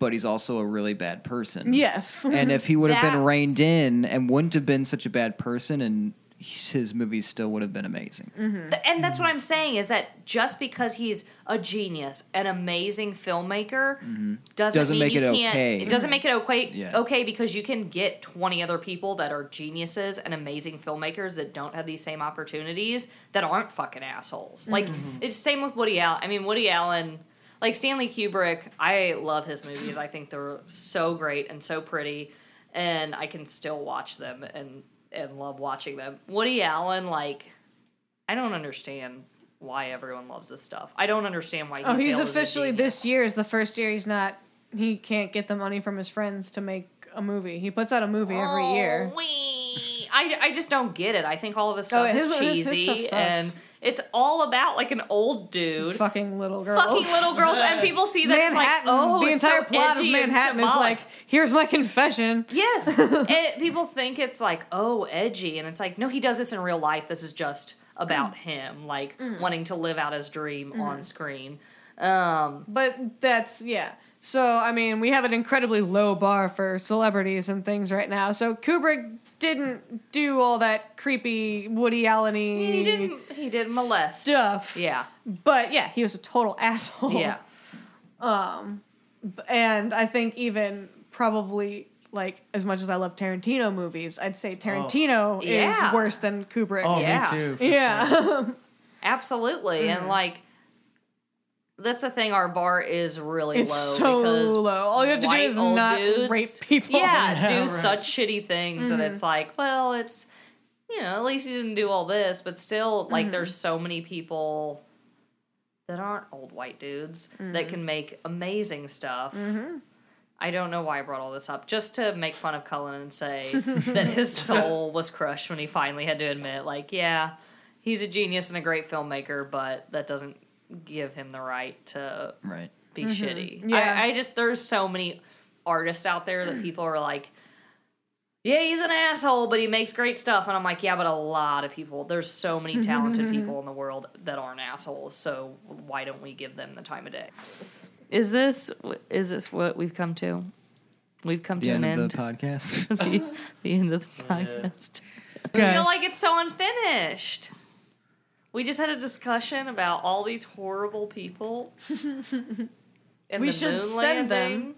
[SPEAKER 13] but he's also a really bad person.
[SPEAKER 11] Yes.
[SPEAKER 13] And if he would have been
[SPEAKER 4] That's-
[SPEAKER 13] reined in and wouldn't have been such a bad person, and his movies still would have been amazing.
[SPEAKER 4] Th- And that's
[SPEAKER 13] Mm-hmm.
[SPEAKER 4] what I'm saying is that just because he's a genius, an amazing filmmaker, doesn't,
[SPEAKER 13] Mm-hmm. Doesn't
[SPEAKER 4] mean
[SPEAKER 13] make
[SPEAKER 4] you
[SPEAKER 13] it
[SPEAKER 4] can't,
[SPEAKER 13] okay.
[SPEAKER 4] It doesn't make it okay.
[SPEAKER 13] Yeah.
[SPEAKER 4] Okay, because you can get 20 other people that are geniuses and amazing filmmakers that don't have these same opportunities that aren't fucking assholes. Like
[SPEAKER 13] Mm-hmm.
[SPEAKER 4] it's same with Woody Allen. I mean, Woody Allen. Like Stanley Kubrick, I love his movies. I think they're so great and so pretty, and I can still watch them and and love watching them. Woody Allen, like I don't understand why everyone loves this stuff. I don't understand why.
[SPEAKER 11] Oh,
[SPEAKER 4] he's,
[SPEAKER 11] he's
[SPEAKER 4] hailed as a
[SPEAKER 11] officially
[SPEAKER 4] genius.
[SPEAKER 11] this year is the first year he's not. He can't get the money from his friends to make a movie. He puts out a movie every year.
[SPEAKER 4] Oh, wee. I, I just don't get it. I think all of his stuff
[SPEAKER 11] Oh, his-
[SPEAKER 4] is
[SPEAKER 11] his- his
[SPEAKER 4] cheesy,
[SPEAKER 11] stuff sucks.
[SPEAKER 4] and it's all about like an old dude.
[SPEAKER 11] Fucking little girls.
[SPEAKER 4] Fucking little girls, and people see that it's like,
[SPEAKER 11] Manhattan.
[SPEAKER 4] oh,
[SPEAKER 11] the
[SPEAKER 4] it's
[SPEAKER 11] entire
[SPEAKER 4] so
[SPEAKER 11] plot of
[SPEAKER 4] edgy and
[SPEAKER 11] Manhattan is
[SPEAKER 4] symbolic.
[SPEAKER 11] like, here's my confession.
[SPEAKER 4] Yes. it, people think it's like, oh, edgy. And it's like, no, he does this in real life. This is just about
[SPEAKER 11] Mm.
[SPEAKER 4] him, like wanting to live out his dream
[SPEAKER 11] Mm-hmm.
[SPEAKER 4] on screen. Um,
[SPEAKER 11] But that's yeah. So I mean, we have an incredibly low bar for celebrities and things right now. So Kubrick didn't do all that creepy Woody Allen
[SPEAKER 4] he didn't, he did molest.
[SPEAKER 11] Mm. stuff.
[SPEAKER 4] Yeah.
[SPEAKER 11] But yeah, he was a total asshole.
[SPEAKER 4] Yeah.
[SPEAKER 11] Um, b- and I think even probably like as much as I love Tarantino movies, I'd say Tarantino is
[SPEAKER 4] Oh, Yeah.
[SPEAKER 11] worse than Kubrick.
[SPEAKER 23] Oh,
[SPEAKER 4] Yeah.
[SPEAKER 23] me too. for
[SPEAKER 11] yeah.
[SPEAKER 23] sure.
[SPEAKER 4] Absolutely.
[SPEAKER 11] Mm-hmm.
[SPEAKER 4] And like, that's the thing. Our bar is really
[SPEAKER 11] It's
[SPEAKER 4] low
[SPEAKER 11] so
[SPEAKER 4] because
[SPEAKER 11] low. All you have to do
[SPEAKER 4] white
[SPEAKER 11] is
[SPEAKER 4] old
[SPEAKER 11] not
[SPEAKER 4] dudes,
[SPEAKER 11] rape people. Mm-hmm.
[SPEAKER 4] Yeah,
[SPEAKER 23] Yeah,
[SPEAKER 4] do
[SPEAKER 23] right.
[SPEAKER 4] such shitty things, and it's like, well, it's you know, at least you didn't do all this, but still, like,
[SPEAKER 11] Mm-hmm.
[SPEAKER 4] there's so many people that aren't old white dudes that can make amazing stuff. I don't know why I brought all this up, just to make fun of Cullen and say that his soul was crushed when he finally had to admit, like, yeah, he's a genius and a great filmmaker, but that doesn't give him the right to
[SPEAKER 13] Right.
[SPEAKER 4] be shitty.
[SPEAKER 11] Yeah.
[SPEAKER 4] I, I just there's so many artists out there that people are like, yeah, he's an asshole, but he makes great stuff, and I'm like, yeah, but a lot of people. There's so many talented people in the world that aren't assholes. So why don't we give them the time of day? Is this is this what we've come to? We've come
[SPEAKER 13] The
[SPEAKER 4] to
[SPEAKER 13] end
[SPEAKER 4] an
[SPEAKER 13] of the
[SPEAKER 4] end.
[SPEAKER 13] podcast.
[SPEAKER 4] the, the end of the podcast. I
[SPEAKER 23] Okay.
[SPEAKER 4] feel like it's so unfinished. We just had a discussion about all these horrible people. and
[SPEAKER 11] We
[SPEAKER 4] the
[SPEAKER 11] should
[SPEAKER 4] moon
[SPEAKER 11] send them.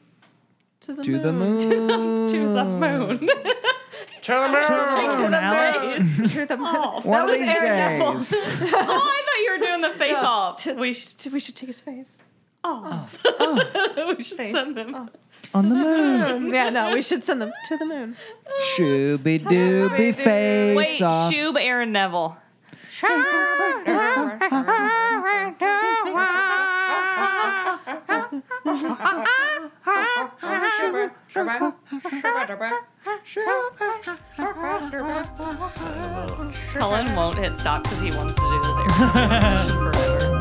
[SPEAKER 11] To the
[SPEAKER 13] to the moon.
[SPEAKER 4] landing to the moon.
[SPEAKER 24] Turn them around.
[SPEAKER 13] Turn Alex.
[SPEAKER 11] to the
[SPEAKER 4] Oh,
[SPEAKER 13] One of
[SPEAKER 4] that was
[SPEAKER 13] these
[SPEAKER 4] Aaron Neville.
[SPEAKER 13] days.
[SPEAKER 4] oh, I thought you were doing the face off. We should,
[SPEAKER 11] we should take his face.
[SPEAKER 4] oh. we should
[SPEAKER 11] Face
[SPEAKER 4] send them.
[SPEAKER 13] On the moon.
[SPEAKER 11] yeah, no, we should send them to the moon.
[SPEAKER 13] Shooby dooby face
[SPEAKER 4] Wait,
[SPEAKER 13] off.
[SPEAKER 4] Shub Aaron Neville. Cullen won't hit stop because he wants to do his Aaron Neville impression forever.